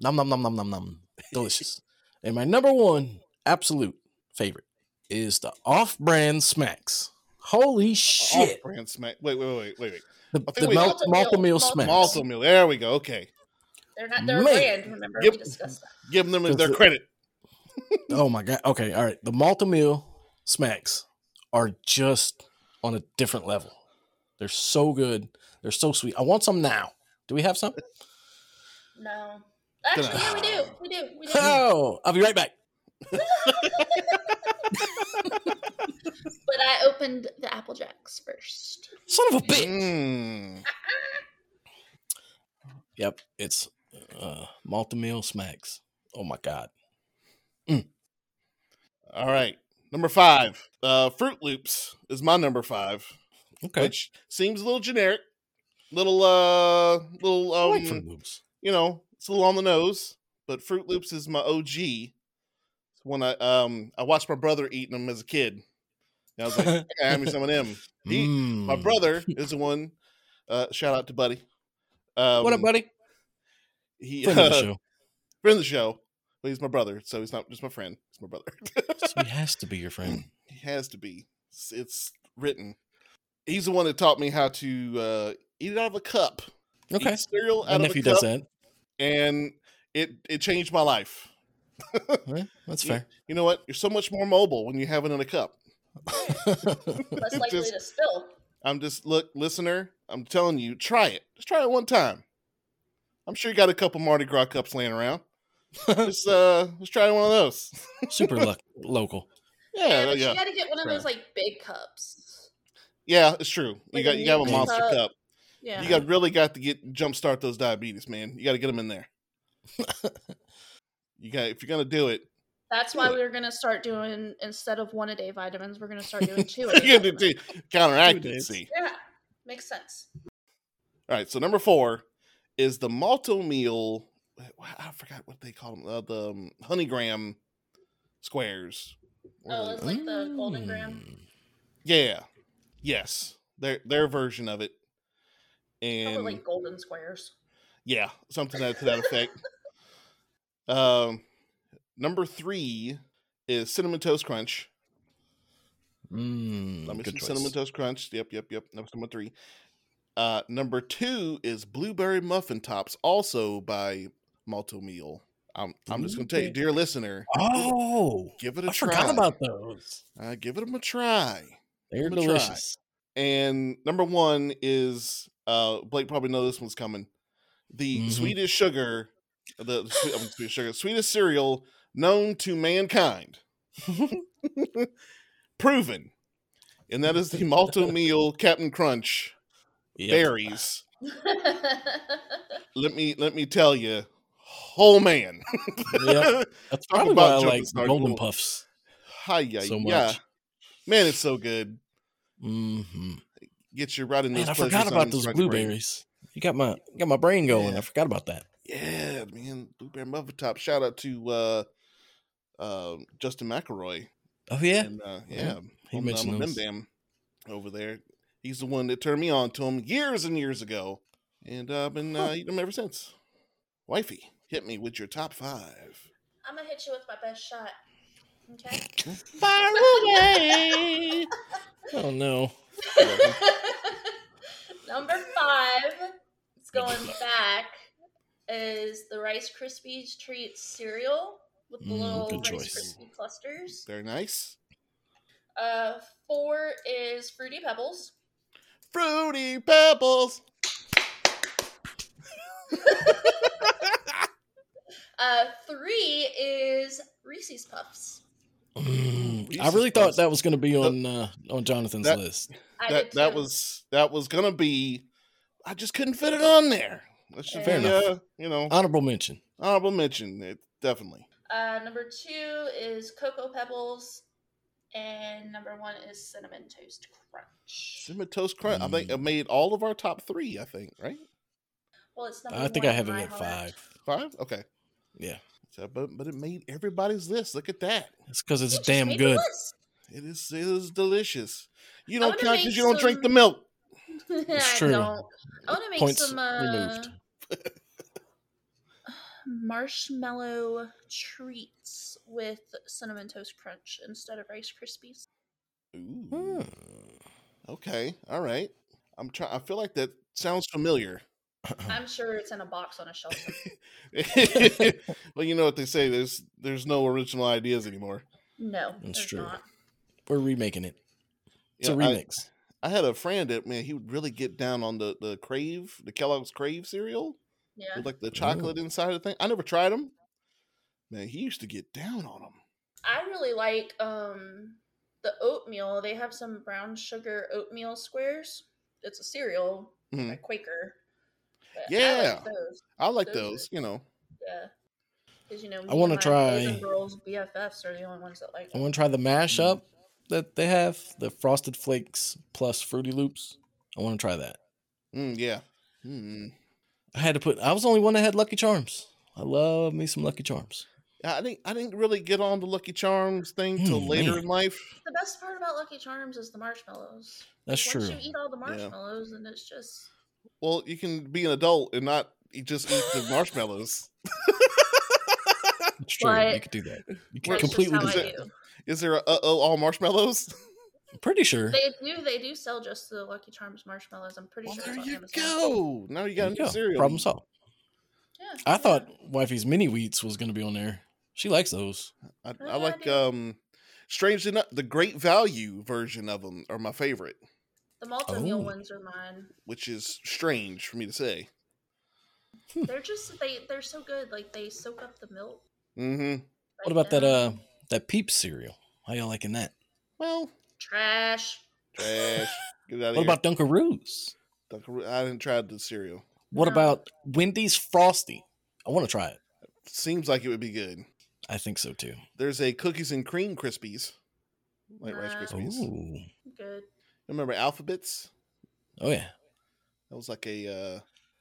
[SPEAKER 1] Nom nom nom nom nom nom. Delicious. and my number one absolute favorite is the off-brand smacks. Holy shit!
[SPEAKER 3] Off-brand smack. Wait, wait, wait, wait, wait.
[SPEAKER 1] The,
[SPEAKER 3] think
[SPEAKER 1] the
[SPEAKER 3] we-
[SPEAKER 1] malt,
[SPEAKER 2] Malted
[SPEAKER 1] malted
[SPEAKER 2] meal,
[SPEAKER 1] meal
[SPEAKER 2] malted
[SPEAKER 1] smacks.
[SPEAKER 3] Malto meal. There we go. Okay.
[SPEAKER 2] They're not their
[SPEAKER 1] Man.
[SPEAKER 2] brand. Remember we
[SPEAKER 3] Yep.
[SPEAKER 2] discussed that.
[SPEAKER 3] Give them
[SPEAKER 1] Does
[SPEAKER 3] their
[SPEAKER 1] it-
[SPEAKER 3] credit.
[SPEAKER 1] Oh my god. Okay, all right. The Malta Meal smacks are just on a different level. They're so good. They're so sweet. I want some now. Do we have some?
[SPEAKER 2] No, actually, yeah, we do. We do. We do.
[SPEAKER 1] Oh, I'll be right back.
[SPEAKER 2] but I opened the Apple Jacks first.
[SPEAKER 1] Son of a
[SPEAKER 2] Mm-hmm.
[SPEAKER 1] bitch.
[SPEAKER 3] Mm.
[SPEAKER 1] Yep, it's uh, Malta Meal smacks. Oh my god.
[SPEAKER 3] All right. Number five. Uh, Fruit Loops is my number five,
[SPEAKER 1] Okay.
[SPEAKER 3] which seems a little generic, little uh, little
[SPEAKER 1] I
[SPEAKER 3] um,
[SPEAKER 1] like Fruit Loops.
[SPEAKER 3] you know, it's a little on the nose, but Fruit Loops is my OG. It's one I um I watched my brother eating them as a kid. And I was like, I gotta have me some of them. He, My
[SPEAKER 1] Mm.
[SPEAKER 3] brother is the one. Uh, shout out to Buddy. Um,
[SPEAKER 1] what up, buddy?
[SPEAKER 3] He,
[SPEAKER 1] Friend of the
[SPEAKER 3] uh,
[SPEAKER 1] show.
[SPEAKER 3] friend of the show. But he's my brother, so he's not just my friend. He's my brother.
[SPEAKER 1] So he has to be your friend.
[SPEAKER 3] he has to be. It's, it's written. He's the one that taught me how to uh, eat it out of a cup.
[SPEAKER 1] Okay.
[SPEAKER 3] Eat cereal
[SPEAKER 1] My
[SPEAKER 3] out of a
[SPEAKER 1] nephew
[SPEAKER 3] cup,
[SPEAKER 1] does that.
[SPEAKER 3] and it it changed my life.
[SPEAKER 1] All right, That's
[SPEAKER 3] Yeah.
[SPEAKER 1] fair.
[SPEAKER 3] You know what? You're so much more mobile when you have it in a cup.
[SPEAKER 2] Less likely
[SPEAKER 3] Just-
[SPEAKER 2] to spill.
[SPEAKER 3] I'm just look, listener. I'm telling you, try it. Just try it one time. I'm sure you got a couple Mardi Gras cups laying around. Just uh, let's try one of those.
[SPEAKER 1] Super luck- local.
[SPEAKER 3] Yeah,
[SPEAKER 2] but
[SPEAKER 3] yeah,
[SPEAKER 2] You got to get one of
[SPEAKER 3] Right.
[SPEAKER 2] those like big cups.
[SPEAKER 3] yeah. It's true. You
[SPEAKER 2] Like
[SPEAKER 3] got
[SPEAKER 2] a
[SPEAKER 3] you got a
[SPEAKER 2] milk
[SPEAKER 3] monster
[SPEAKER 2] cup.
[SPEAKER 3] cup.
[SPEAKER 2] Yeah.
[SPEAKER 3] You got really got to get jumpstart those diabetes, man. You got to get them in there. you got if you're gonna do it,
[SPEAKER 2] That's
[SPEAKER 3] do
[SPEAKER 2] why
[SPEAKER 3] it.
[SPEAKER 2] we're gonna start doing instead of one a day vitamins, we're gonna start doing two. A day
[SPEAKER 3] you got to
[SPEAKER 2] vitamins.
[SPEAKER 3] do counteract
[SPEAKER 1] Two
[SPEAKER 3] it.
[SPEAKER 1] days.
[SPEAKER 3] See,
[SPEAKER 2] Yeah, makes sense.
[SPEAKER 3] all right. So number four is the malto meal. I forgot what they call them. Uh, the um, honeygram squares. What are
[SPEAKER 2] Oh,
[SPEAKER 3] they?
[SPEAKER 2] it's like the golden gram.
[SPEAKER 1] Mm.
[SPEAKER 3] Yeah. Yes. Their their version of it.
[SPEAKER 2] Probably
[SPEAKER 3] And
[SPEAKER 2] like golden squares.
[SPEAKER 3] yeah, something that, to that effect. um number three is cinnamon toast crunch.
[SPEAKER 1] Mm,
[SPEAKER 3] Let me
[SPEAKER 1] good
[SPEAKER 3] see
[SPEAKER 1] choice.
[SPEAKER 3] cinnamon toast crunch. Yep, yep, yep. That was number three. Uh number two is blueberry muffin tops, also by Malto Meal. I'm I'm just gonna tell you,
[SPEAKER 1] Blueberry-
[SPEAKER 3] dear listener,
[SPEAKER 1] Oh,
[SPEAKER 3] give it a
[SPEAKER 1] I
[SPEAKER 3] try.
[SPEAKER 1] forgot about those.
[SPEAKER 3] uh, give it 'em a try.
[SPEAKER 1] They're
[SPEAKER 3] Give 'em a try.
[SPEAKER 1] delicious.
[SPEAKER 3] and number one is uh Blake probably know this one's coming. The
[SPEAKER 1] Mhm.
[SPEAKER 3] sweetest sugar, the the swe- um, sweetest sugar, sweetest cereal known to mankind, proven, and that is the Malto Meal Captain Crunch
[SPEAKER 1] Yep.
[SPEAKER 3] berries. Let me let me tell you, whole man,
[SPEAKER 1] Yep.
[SPEAKER 3] hi
[SPEAKER 1] That's
[SPEAKER 3] Talk
[SPEAKER 1] probably
[SPEAKER 3] about
[SPEAKER 1] why I
[SPEAKER 3] jumping
[SPEAKER 1] like
[SPEAKER 3] start
[SPEAKER 1] golden
[SPEAKER 3] gold.
[SPEAKER 1] puffs
[SPEAKER 3] yeah,
[SPEAKER 1] so
[SPEAKER 3] yeah,
[SPEAKER 1] much.
[SPEAKER 3] man, it's so good.
[SPEAKER 1] hmm
[SPEAKER 3] Get you right in those.
[SPEAKER 1] Man, I
[SPEAKER 3] pleasure
[SPEAKER 1] forgot about
[SPEAKER 3] zones
[SPEAKER 1] those
[SPEAKER 3] right in the brain.
[SPEAKER 1] blueberries. You got my got my brain going.
[SPEAKER 3] Yeah.
[SPEAKER 1] I forgot about that.
[SPEAKER 3] Yeah, man, blueberry muffin top. Shout out to uh uh, Justin McElroy.
[SPEAKER 1] Oh yeah,
[SPEAKER 3] And, uh,
[SPEAKER 1] Yeah.
[SPEAKER 3] yeah,
[SPEAKER 1] He
[SPEAKER 3] on,
[SPEAKER 1] mentioned
[SPEAKER 3] on
[SPEAKER 1] those.
[SPEAKER 3] Bim Bam over there. He's the one that turned me on to him years and years ago, and uh, I've been uh, eating him ever since. Wifey, hit me with your top five.
[SPEAKER 2] I'm gonna hit you with my best shot. Okay.
[SPEAKER 3] Fire away.
[SPEAKER 1] Oh no.
[SPEAKER 2] Number five, it's going back, is the Rice Krispies treat cereal with the
[SPEAKER 1] Mm,
[SPEAKER 2] little
[SPEAKER 1] good
[SPEAKER 2] Rice
[SPEAKER 1] choice.
[SPEAKER 2] Krispie clusters.
[SPEAKER 3] Very nice.
[SPEAKER 2] Uh, four is Fruity Pebbles.
[SPEAKER 3] Fruity pebbles.
[SPEAKER 2] Uh, three is Reese's Puffs.
[SPEAKER 1] Mm, I
[SPEAKER 3] Jesus
[SPEAKER 1] really
[SPEAKER 3] Christ.
[SPEAKER 1] thought that was going to be on uh, on Jonathan's
[SPEAKER 3] That-
[SPEAKER 1] list.
[SPEAKER 2] I
[SPEAKER 3] That
[SPEAKER 2] did
[SPEAKER 3] that
[SPEAKER 2] too.
[SPEAKER 3] was that was gonna be. I just couldn't fit it on there. That should
[SPEAKER 2] Fair
[SPEAKER 3] be,
[SPEAKER 1] enough.
[SPEAKER 3] uh, you know,
[SPEAKER 1] Honorable mention.
[SPEAKER 3] honorable mention. It definitely.
[SPEAKER 2] Uh, number two is Cocoa Pebbles, and number one is Cinnamon Toast Crunch.
[SPEAKER 3] Cinnamon Toast Crunch. I think I
[SPEAKER 1] Mm.
[SPEAKER 3] made all of our top three. I think right.
[SPEAKER 2] Well, it's number
[SPEAKER 1] I think
[SPEAKER 2] one
[SPEAKER 1] I
[SPEAKER 2] in
[SPEAKER 1] have it
[SPEAKER 2] my
[SPEAKER 1] at
[SPEAKER 2] heart.
[SPEAKER 1] five.
[SPEAKER 3] Five. Okay.
[SPEAKER 1] Yeah,
[SPEAKER 3] So, but but it made everybody's list. Look at that.
[SPEAKER 1] it's because it's
[SPEAKER 2] You just
[SPEAKER 1] damn
[SPEAKER 2] made the
[SPEAKER 1] good.
[SPEAKER 2] list.
[SPEAKER 3] It is it is delicious. You
[SPEAKER 2] I
[SPEAKER 3] don't
[SPEAKER 2] would've
[SPEAKER 3] count
[SPEAKER 2] made
[SPEAKER 3] because you don't drink
[SPEAKER 2] some-
[SPEAKER 3] the milk.
[SPEAKER 1] It's
[SPEAKER 2] I
[SPEAKER 1] true.
[SPEAKER 2] don't. I want to make
[SPEAKER 1] Points
[SPEAKER 2] some uh,
[SPEAKER 1] removed.
[SPEAKER 2] marshmallow treats with cinnamon toast crunch instead of Rice Krispies.
[SPEAKER 3] Ooh.
[SPEAKER 1] Hmm.
[SPEAKER 3] Okay. All right. I'm trying. I feel like that sounds familiar.
[SPEAKER 1] Oh.
[SPEAKER 2] I'm sure it's in a box on a shelf. somewhere.
[SPEAKER 3] well, you know what they say. There's there's no original ideas anymore.
[SPEAKER 2] No,
[SPEAKER 1] That's
[SPEAKER 2] there's
[SPEAKER 1] true.
[SPEAKER 2] not.
[SPEAKER 1] We're remaking it. It's
[SPEAKER 3] You
[SPEAKER 1] a
[SPEAKER 3] know, I-
[SPEAKER 1] remix.
[SPEAKER 3] I, had a friend that man, he would really get down on the the Crave, the Kellogg's Crave cereal
[SPEAKER 2] Yeah,
[SPEAKER 3] with like the
[SPEAKER 1] Oh.
[SPEAKER 3] chocolate inside of the thing. I never tried them. Man, he used to get down on them.
[SPEAKER 2] I really like um the oatmeal. They have some brown sugar oatmeal squares. It's a cereal,
[SPEAKER 1] Mm-hmm.
[SPEAKER 3] Mhm.
[SPEAKER 2] by Quaker. but I like
[SPEAKER 3] Yeah.
[SPEAKER 2] those.
[SPEAKER 3] I like
[SPEAKER 2] Those are-
[SPEAKER 3] those. You know.
[SPEAKER 2] Yeah. Because you know, me
[SPEAKER 1] wanna
[SPEAKER 2] and my boys
[SPEAKER 1] try-
[SPEAKER 2] and Girls BFFs are the only ones that like.
[SPEAKER 1] I
[SPEAKER 2] Them.
[SPEAKER 1] want to try the mashup that they have, the Frosted Flakes plus Fruity Loops. I want to try that.
[SPEAKER 3] Mm, yeah. Mm.
[SPEAKER 1] I had to put. I was the only one that had Lucky Charms. I love me some Lucky Charms.
[SPEAKER 3] I didn't. I didn't really get on the Lucky Charms thing till
[SPEAKER 1] Mm,
[SPEAKER 3] later
[SPEAKER 1] man.
[SPEAKER 3] in life.
[SPEAKER 2] The best part about Lucky Charms is the marshmallows.
[SPEAKER 1] That's
[SPEAKER 2] Once
[SPEAKER 1] true.
[SPEAKER 2] you eat all the
[SPEAKER 3] Yeah.
[SPEAKER 2] marshmallows, and it's just
[SPEAKER 3] Well, you can be an adult and not eat, just eat the marshmallows.
[SPEAKER 1] It's true. you
[SPEAKER 2] But-
[SPEAKER 1] could do that. You
[SPEAKER 2] that's
[SPEAKER 1] could
[SPEAKER 2] just
[SPEAKER 1] completely
[SPEAKER 2] how
[SPEAKER 1] do
[SPEAKER 2] I
[SPEAKER 1] that.
[SPEAKER 2] do.
[SPEAKER 3] Is there a uh oh all marshmallows?
[SPEAKER 1] I'm pretty sure.
[SPEAKER 2] They do. They do sell just the Lucky Charms marshmallows. I'm pretty
[SPEAKER 3] Well,
[SPEAKER 2] sure.
[SPEAKER 3] there
[SPEAKER 2] it's on
[SPEAKER 3] you
[SPEAKER 2] Amazon.
[SPEAKER 3] go. Now you got
[SPEAKER 1] There
[SPEAKER 3] a
[SPEAKER 1] you
[SPEAKER 3] new
[SPEAKER 1] go.
[SPEAKER 3] cereal.
[SPEAKER 1] Problem solved.
[SPEAKER 2] Yeah,
[SPEAKER 1] I
[SPEAKER 2] yeah.
[SPEAKER 1] thought Wifey's Mini Wheats was going to be on there. She likes those.
[SPEAKER 3] I,
[SPEAKER 2] Oh,
[SPEAKER 3] I
[SPEAKER 2] yeah, I
[SPEAKER 3] like
[SPEAKER 2] do.
[SPEAKER 3] um, strangely enough, the Great Value version of them are my favorite,
[SPEAKER 2] the malted meal
[SPEAKER 1] Oh.
[SPEAKER 2] ones are mine.
[SPEAKER 3] which is strange for me to say.
[SPEAKER 2] They're just they they're so good. Like they soak up the milk.
[SPEAKER 3] hmm
[SPEAKER 1] What
[SPEAKER 2] like,
[SPEAKER 1] about that
[SPEAKER 2] yeah.
[SPEAKER 1] uh that Peep cereal? How y'all liking that?
[SPEAKER 3] Well,
[SPEAKER 2] trash?
[SPEAKER 3] trash. Get it out of
[SPEAKER 1] What about Dunkaroos?
[SPEAKER 3] here. Dunkaroo- I didn't try the cereal.
[SPEAKER 1] What
[SPEAKER 2] No.
[SPEAKER 1] about Wendy's Frosty? I want to try it.
[SPEAKER 3] Seems like it would be good.
[SPEAKER 1] I think so too.
[SPEAKER 3] There's a cookies and cream Krispies, like Rice
[SPEAKER 2] Nah.
[SPEAKER 3] Krispies.
[SPEAKER 1] Uh, Ooh.
[SPEAKER 2] Good.
[SPEAKER 3] Remember alphabets?
[SPEAKER 1] Oh yeah.
[SPEAKER 3] That was like a uh,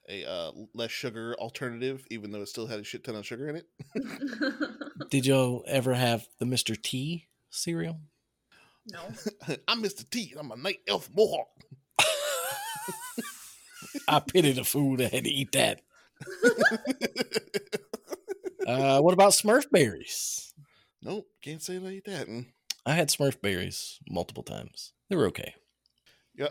[SPEAKER 3] a uh, less sugar alternative, even though it still had a shit ton of sugar in it.
[SPEAKER 2] no.
[SPEAKER 1] Did y'all ever have the Mr. T cereal?
[SPEAKER 3] I'm Mr. T, and I'm a night elf mohawk.
[SPEAKER 1] I pity the fool that had to eat that. Uh, what about Smurf berries?
[SPEAKER 3] nope, can't say like that. Mm.
[SPEAKER 1] I had Smurf berries multiple times. They were okay.
[SPEAKER 3] Yeah,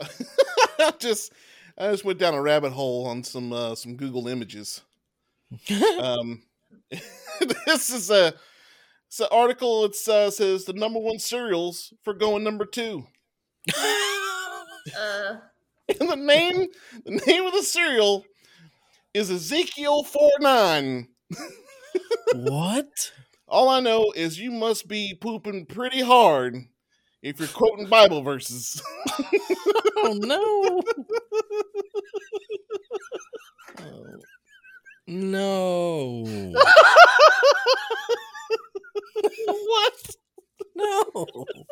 [SPEAKER 3] I just I just went down a rabbit hole on some uh, some Google images. Um, this is a it's an article. It uh, says the number one cereals for going number two.
[SPEAKER 2] Uh,
[SPEAKER 3] And the name the name of the cereal is Ezekiel 49.
[SPEAKER 1] what?
[SPEAKER 3] All I know is you must be pooping pretty hard if you're quoting Bible verses.
[SPEAKER 1] Oh no. Oh, No.
[SPEAKER 3] what?
[SPEAKER 1] No.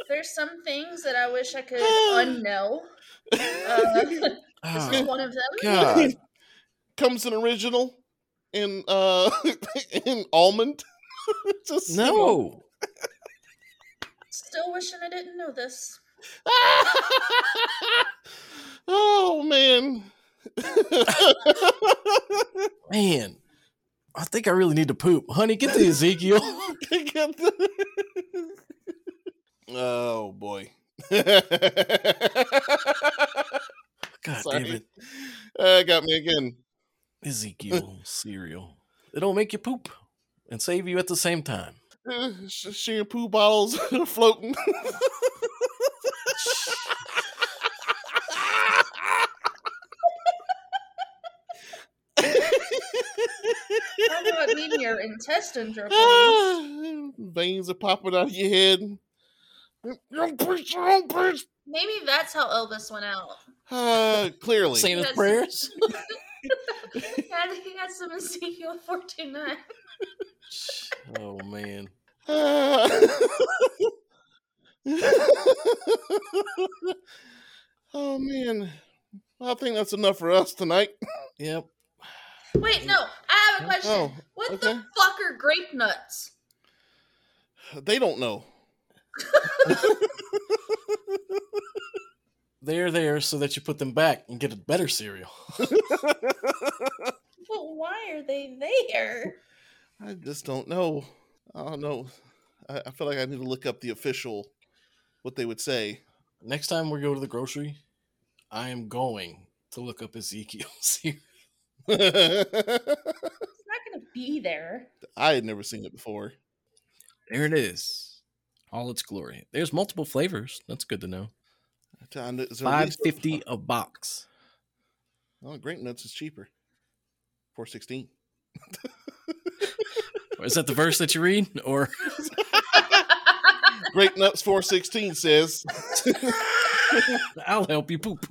[SPEAKER 2] there's some things that I wish I could unknow. Uh, This is
[SPEAKER 1] Oh,
[SPEAKER 2] one of them.
[SPEAKER 1] God.
[SPEAKER 3] Comes in original in uh in almond. Just, you know,
[SPEAKER 1] No.
[SPEAKER 2] Still wishing I didn't know this.
[SPEAKER 3] oh man.
[SPEAKER 1] Man, I think I really need to poop. Honey, get the Ezekiel.
[SPEAKER 3] oh boy.
[SPEAKER 1] God
[SPEAKER 3] Sorry.
[SPEAKER 1] damn it.
[SPEAKER 3] Uh, got me again.
[SPEAKER 1] Ezekiel cereal. It'll make you poop and save you at the same time.
[SPEAKER 3] Uh, sh- shampoo bottles floating.
[SPEAKER 2] How about needing your intestine dripping?
[SPEAKER 3] Ah, Veins are popping out of your head. Don't preach, don't preach.
[SPEAKER 2] Maybe that's how Elvis went out.
[SPEAKER 3] Uh, clearly.
[SPEAKER 1] Saying his
[SPEAKER 2] That's-
[SPEAKER 1] prayers.
[SPEAKER 2] Yeah, I think he got some Ezekiel 49.
[SPEAKER 1] Oh man.
[SPEAKER 3] Ah. oh man. I think that's enough for us tonight.
[SPEAKER 1] Yep.
[SPEAKER 2] Wait, no, I have a question.
[SPEAKER 3] Oh,
[SPEAKER 2] what
[SPEAKER 3] okay.
[SPEAKER 2] the fuck are grape nuts?
[SPEAKER 3] they don't know.
[SPEAKER 1] They're there so that you put them back and get a better cereal.
[SPEAKER 2] But why are they there?
[SPEAKER 3] I just don't know. I don't know. I, I feel like I need to look up the official, what they would say.
[SPEAKER 1] Next time we go to the grocery, I am going to look up Ezekiel cereal.
[SPEAKER 3] I
[SPEAKER 2] It's not gonna be there.
[SPEAKER 3] had never seen it before.
[SPEAKER 1] There it is. All its glory. There's multiple flavors. That's good to know.
[SPEAKER 3] Time to- is there at
[SPEAKER 1] Five
[SPEAKER 3] least-
[SPEAKER 1] fifty a box.
[SPEAKER 3] Oh, grape nuts is cheaper. Four sixteen.
[SPEAKER 1] Is that the verse that you read? Or
[SPEAKER 3] Grape nuts four sixteen says,
[SPEAKER 1] I'll help you poop.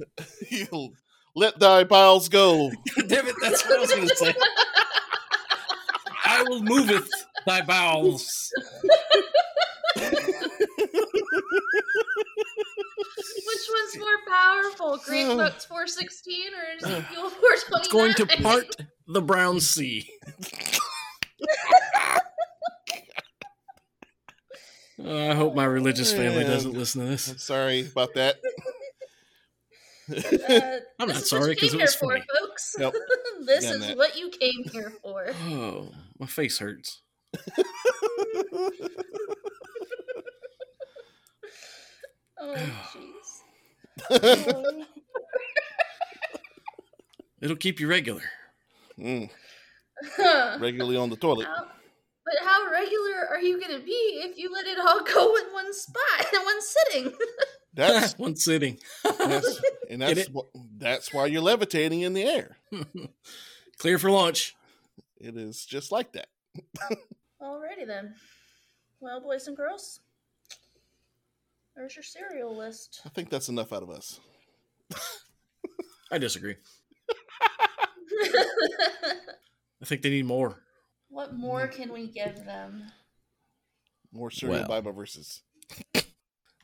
[SPEAKER 3] "You'll "Let thy bowels go."
[SPEAKER 1] Damn it, that's what I was gonna say. I will moveth thy bowels.
[SPEAKER 2] Which one's more powerful,
[SPEAKER 3] Oh.
[SPEAKER 2] Grape Nuts 416 or Ezekiel 429?
[SPEAKER 1] It's going to part the brown sea. Oh, I hope my religious family doesn't listen to
[SPEAKER 3] I'm
[SPEAKER 1] this.
[SPEAKER 3] sorry about that.
[SPEAKER 2] Uh,
[SPEAKER 1] I'm
[SPEAKER 2] this
[SPEAKER 1] not
[SPEAKER 2] is what
[SPEAKER 1] sorry,
[SPEAKER 2] you
[SPEAKER 1] 'cause
[SPEAKER 2] came
[SPEAKER 1] it was
[SPEAKER 2] here for,
[SPEAKER 1] funny.
[SPEAKER 2] folks.
[SPEAKER 3] Yep.
[SPEAKER 2] this
[SPEAKER 3] Done
[SPEAKER 2] is
[SPEAKER 3] that.
[SPEAKER 2] what you came here for.
[SPEAKER 1] Oh, my face hurts.
[SPEAKER 2] Oh, jeez.
[SPEAKER 1] It'll keep you regular.
[SPEAKER 3] Mm,
[SPEAKER 2] Huh.
[SPEAKER 3] regularly on the toilet.
[SPEAKER 2] How- but how regular are you gonna be if you let it all go in one spot in one sitting?
[SPEAKER 3] That's
[SPEAKER 1] One sitting.
[SPEAKER 3] that's and that's
[SPEAKER 1] it?
[SPEAKER 3] wh- that's why you're levitating in the air.
[SPEAKER 1] Clear for launch.
[SPEAKER 3] It is just like that.
[SPEAKER 2] Alrighty then. Well, boys and girls, there's your cereal list.
[SPEAKER 3] I think that's enough out of us.
[SPEAKER 1] I disagree. I think they need more.
[SPEAKER 2] what
[SPEAKER 1] Mm.
[SPEAKER 2] more can we give them?
[SPEAKER 3] More serial
[SPEAKER 1] Well.
[SPEAKER 3] Bible verses.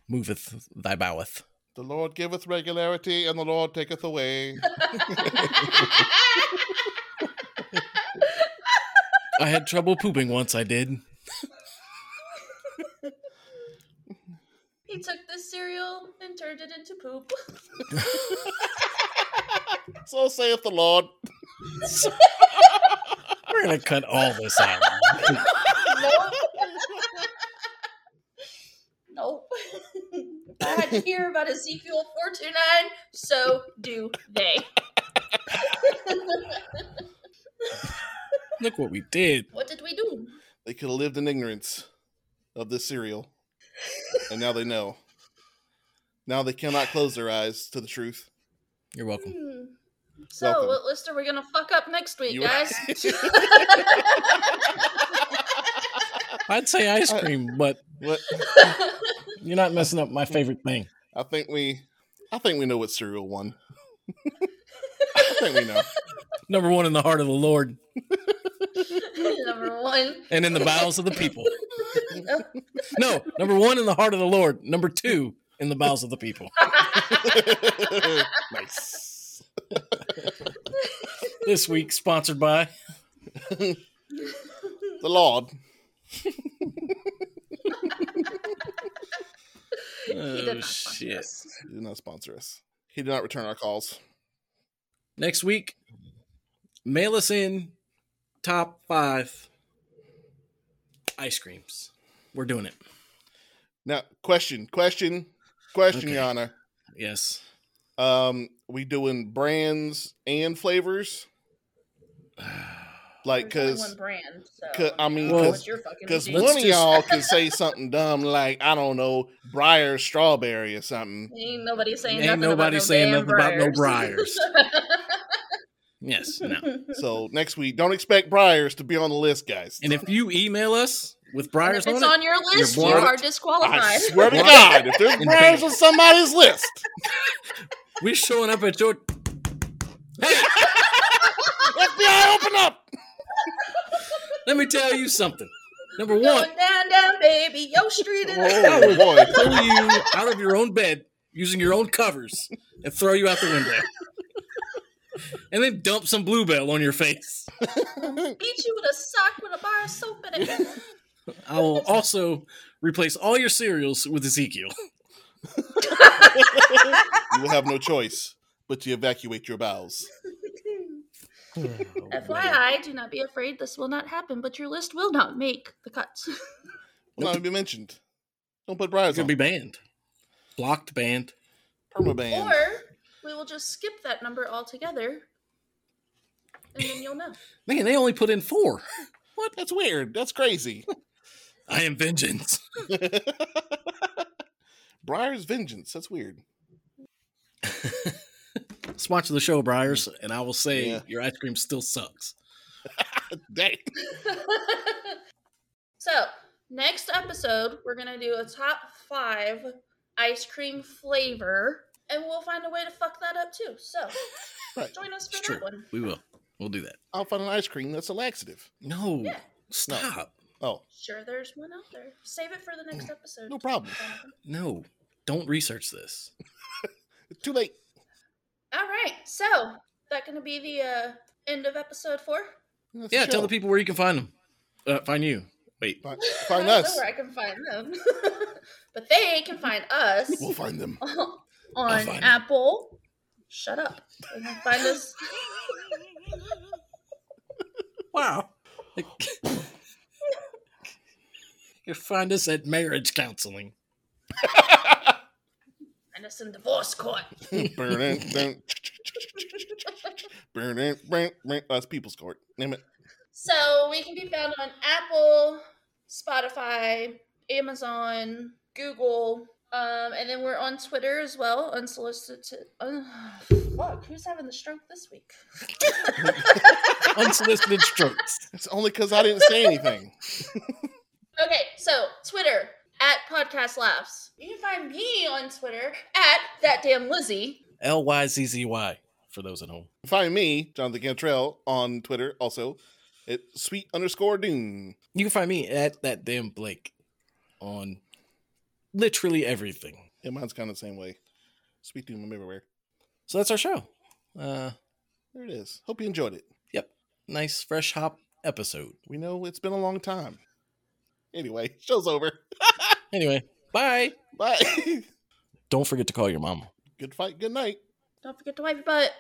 [SPEAKER 1] Moveth thy boweth.
[SPEAKER 3] The Lord giveth regularity, and the Lord taketh away.
[SPEAKER 1] I had trouble pooping once. I did.
[SPEAKER 2] he took this cereal and turned it into poop.
[SPEAKER 3] so saith the Lord.
[SPEAKER 1] We're gonna cut all this out.
[SPEAKER 2] Nope. if I had to hear about Ezekiel 429, so do they.
[SPEAKER 1] Look what we did.
[SPEAKER 2] what did we do?
[SPEAKER 3] They could have lived in ignorance of this cereal, and now they know. Now they cannot close their eyes to the truth.
[SPEAKER 1] You're welcome.
[SPEAKER 2] Hmm. So,
[SPEAKER 3] Welcome.
[SPEAKER 2] what list are we going to fuck up next week,
[SPEAKER 3] You-
[SPEAKER 2] guys?
[SPEAKER 1] I'd say ice
[SPEAKER 2] Uh,
[SPEAKER 1] cream, but
[SPEAKER 3] What
[SPEAKER 1] you're not messing up my favorite thing.
[SPEAKER 3] I think we, I think we know what cereal won. I think we know.
[SPEAKER 1] Number one in the heart of the Lord
[SPEAKER 2] Number one.
[SPEAKER 1] and in the bowels of the people. No, number one in the heart of the Lord. Number two in the bowels of the people.
[SPEAKER 3] nice.
[SPEAKER 1] This week, sponsored by
[SPEAKER 3] The Lord.
[SPEAKER 2] he
[SPEAKER 1] Oh,
[SPEAKER 2] did not sponsor
[SPEAKER 1] shit.
[SPEAKER 2] us.
[SPEAKER 3] He did not sponsor us. He did not return our calls.
[SPEAKER 1] Next week, mail us in top five ice creams. We're doing it.
[SPEAKER 3] Now, question, question, question,
[SPEAKER 1] Okay.
[SPEAKER 3] Yana.
[SPEAKER 1] Yes.
[SPEAKER 3] Um, we doing brands and flavors, like
[SPEAKER 2] There's only one
[SPEAKER 3] because
[SPEAKER 2] brand. So,
[SPEAKER 3] 'cause- I mean,
[SPEAKER 2] don't know
[SPEAKER 1] 'cause-
[SPEAKER 2] what you're fucking
[SPEAKER 3] because
[SPEAKER 2] doing.
[SPEAKER 1] Let's
[SPEAKER 3] one of
[SPEAKER 1] just-
[SPEAKER 3] y'all can say something dumb like I don't know, Briar strawberry or something.
[SPEAKER 2] Ain't nobody saying
[SPEAKER 1] Ain't
[SPEAKER 2] nothing
[SPEAKER 1] nobody
[SPEAKER 2] about no
[SPEAKER 1] saying
[SPEAKER 2] damn
[SPEAKER 1] nothing about no
[SPEAKER 2] briars.
[SPEAKER 1] Yes. No.
[SPEAKER 3] So next week, don't expect Briars to be on the list, guys.
[SPEAKER 1] And if you email us with
[SPEAKER 2] And
[SPEAKER 1] Briars
[SPEAKER 2] if
[SPEAKER 1] on
[SPEAKER 2] it's
[SPEAKER 1] it,
[SPEAKER 2] on your list, you
[SPEAKER 1] blocked.
[SPEAKER 2] are
[SPEAKER 3] I
[SPEAKER 2] disqualified.
[SPEAKER 3] swear to God, if there's
[SPEAKER 1] And
[SPEAKER 3] Briars
[SPEAKER 1] bam.
[SPEAKER 3] on somebody's list,
[SPEAKER 1] we're showing up at your. Hey,
[SPEAKER 3] FBI, open up.
[SPEAKER 1] let me tell you something. Number one,
[SPEAKER 2] Going down, down, baby, your street is.
[SPEAKER 3] Oh boy,
[SPEAKER 1] pull you out of your own bed using your own covers and throw you out the window. And then dump some bluebell on your face. Oh.
[SPEAKER 2] Beat you with a sock with a bar of soap in it.
[SPEAKER 1] I will also replace all your cereals with Ezekiel.
[SPEAKER 3] you will have no choice but to evacuate your bowels.
[SPEAKER 2] FYI, do not be afraid. This will not happen, but your list will not make the cuts.
[SPEAKER 3] Will not even be mentioned. Don't put Briars
[SPEAKER 1] You're
[SPEAKER 3] on.
[SPEAKER 1] gonna be banned, blocked, banned.
[SPEAKER 3] permaban.
[SPEAKER 2] Or we will just skip that number altogether, and then you'll know.
[SPEAKER 1] Man, they only put in four.
[SPEAKER 3] What? That's weird. That's crazy.
[SPEAKER 1] I am vengeance.
[SPEAKER 3] Briar's vengeance. That's weird.
[SPEAKER 1] Sponsor the show, Briars, and I will say
[SPEAKER 3] Yeah.
[SPEAKER 1] your ice cream still sucks.
[SPEAKER 3] Dang.
[SPEAKER 2] so next episode we're gonna do a top five ice cream flavor and we'll find a way to fuck that up too so
[SPEAKER 3] Right.
[SPEAKER 2] join us for
[SPEAKER 1] It's
[SPEAKER 2] that
[SPEAKER 1] true.
[SPEAKER 2] one
[SPEAKER 1] We will. We'll do that.
[SPEAKER 3] I'll find an ice cream that's a laxative.
[SPEAKER 1] No,
[SPEAKER 2] Yeah.
[SPEAKER 1] stop.
[SPEAKER 3] Oh,
[SPEAKER 2] sure there's one out there save it for the next episode
[SPEAKER 3] no problem.
[SPEAKER 2] Jonathan.
[SPEAKER 1] No, don't research this.
[SPEAKER 3] Too late.
[SPEAKER 2] all right so that gonna be the uh, end of episode four
[SPEAKER 3] That's
[SPEAKER 1] yeah, tell
[SPEAKER 3] show.
[SPEAKER 1] the people where you can find them. Uh, find you. Wait,
[SPEAKER 3] Fi-
[SPEAKER 2] I
[SPEAKER 3] Find
[SPEAKER 2] don't know
[SPEAKER 3] us.
[SPEAKER 2] where i can find them but they can find us
[SPEAKER 3] We'll find them.
[SPEAKER 2] on
[SPEAKER 1] find 'em.
[SPEAKER 2] apple shut up they can find us
[SPEAKER 1] wow. you find us at marriage counseling.
[SPEAKER 2] and us in divorce court
[SPEAKER 3] Burn it, burn- burn it, burn- burn- That's People's Court. Damn it.
[SPEAKER 2] So we can be found on Apple, Spotify, Amazon, Google, um, and then we're on Twitter as well, unsolicited. Uh, fuck, who's having the stroke this week?
[SPEAKER 1] Unsolicited strokes.
[SPEAKER 3] It's only because I didn't say anything.
[SPEAKER 2] Okay, so Twitter at Podcast Laughs. You can find me on Twitter at that damn Lizzie.
[SPEAKER 1] L Y Z Z Y for those at home.
[SPEAKER 3] Find me, Jonathan Cantrell, on Twitter also at sweet underscore dune.
[SPEAKER 1] You can find me at that damn Blake on literally everything.
[SPEAKER 3] Yeah, mine's kind of the same way. Sweet dune, I'm everywhere.
[SPEAKER 1] So that's our show. Uh,
[SPEAKER 3] There it is. Hope you enjoyed it.
[SPEAKER 1] nice fresh hop episode.
[SPEAKER 3] We know it's been a long time. Anyway, show's over.
[SPEAKER 1] Anyway, bye.
[SPEAKER 3] Bye.
[SPEAKER 1] Don't forget to call your mama.
[SPEAKER 3] good fight. Good night.
[SPEAKER 2] Don't forget to wipe your butt.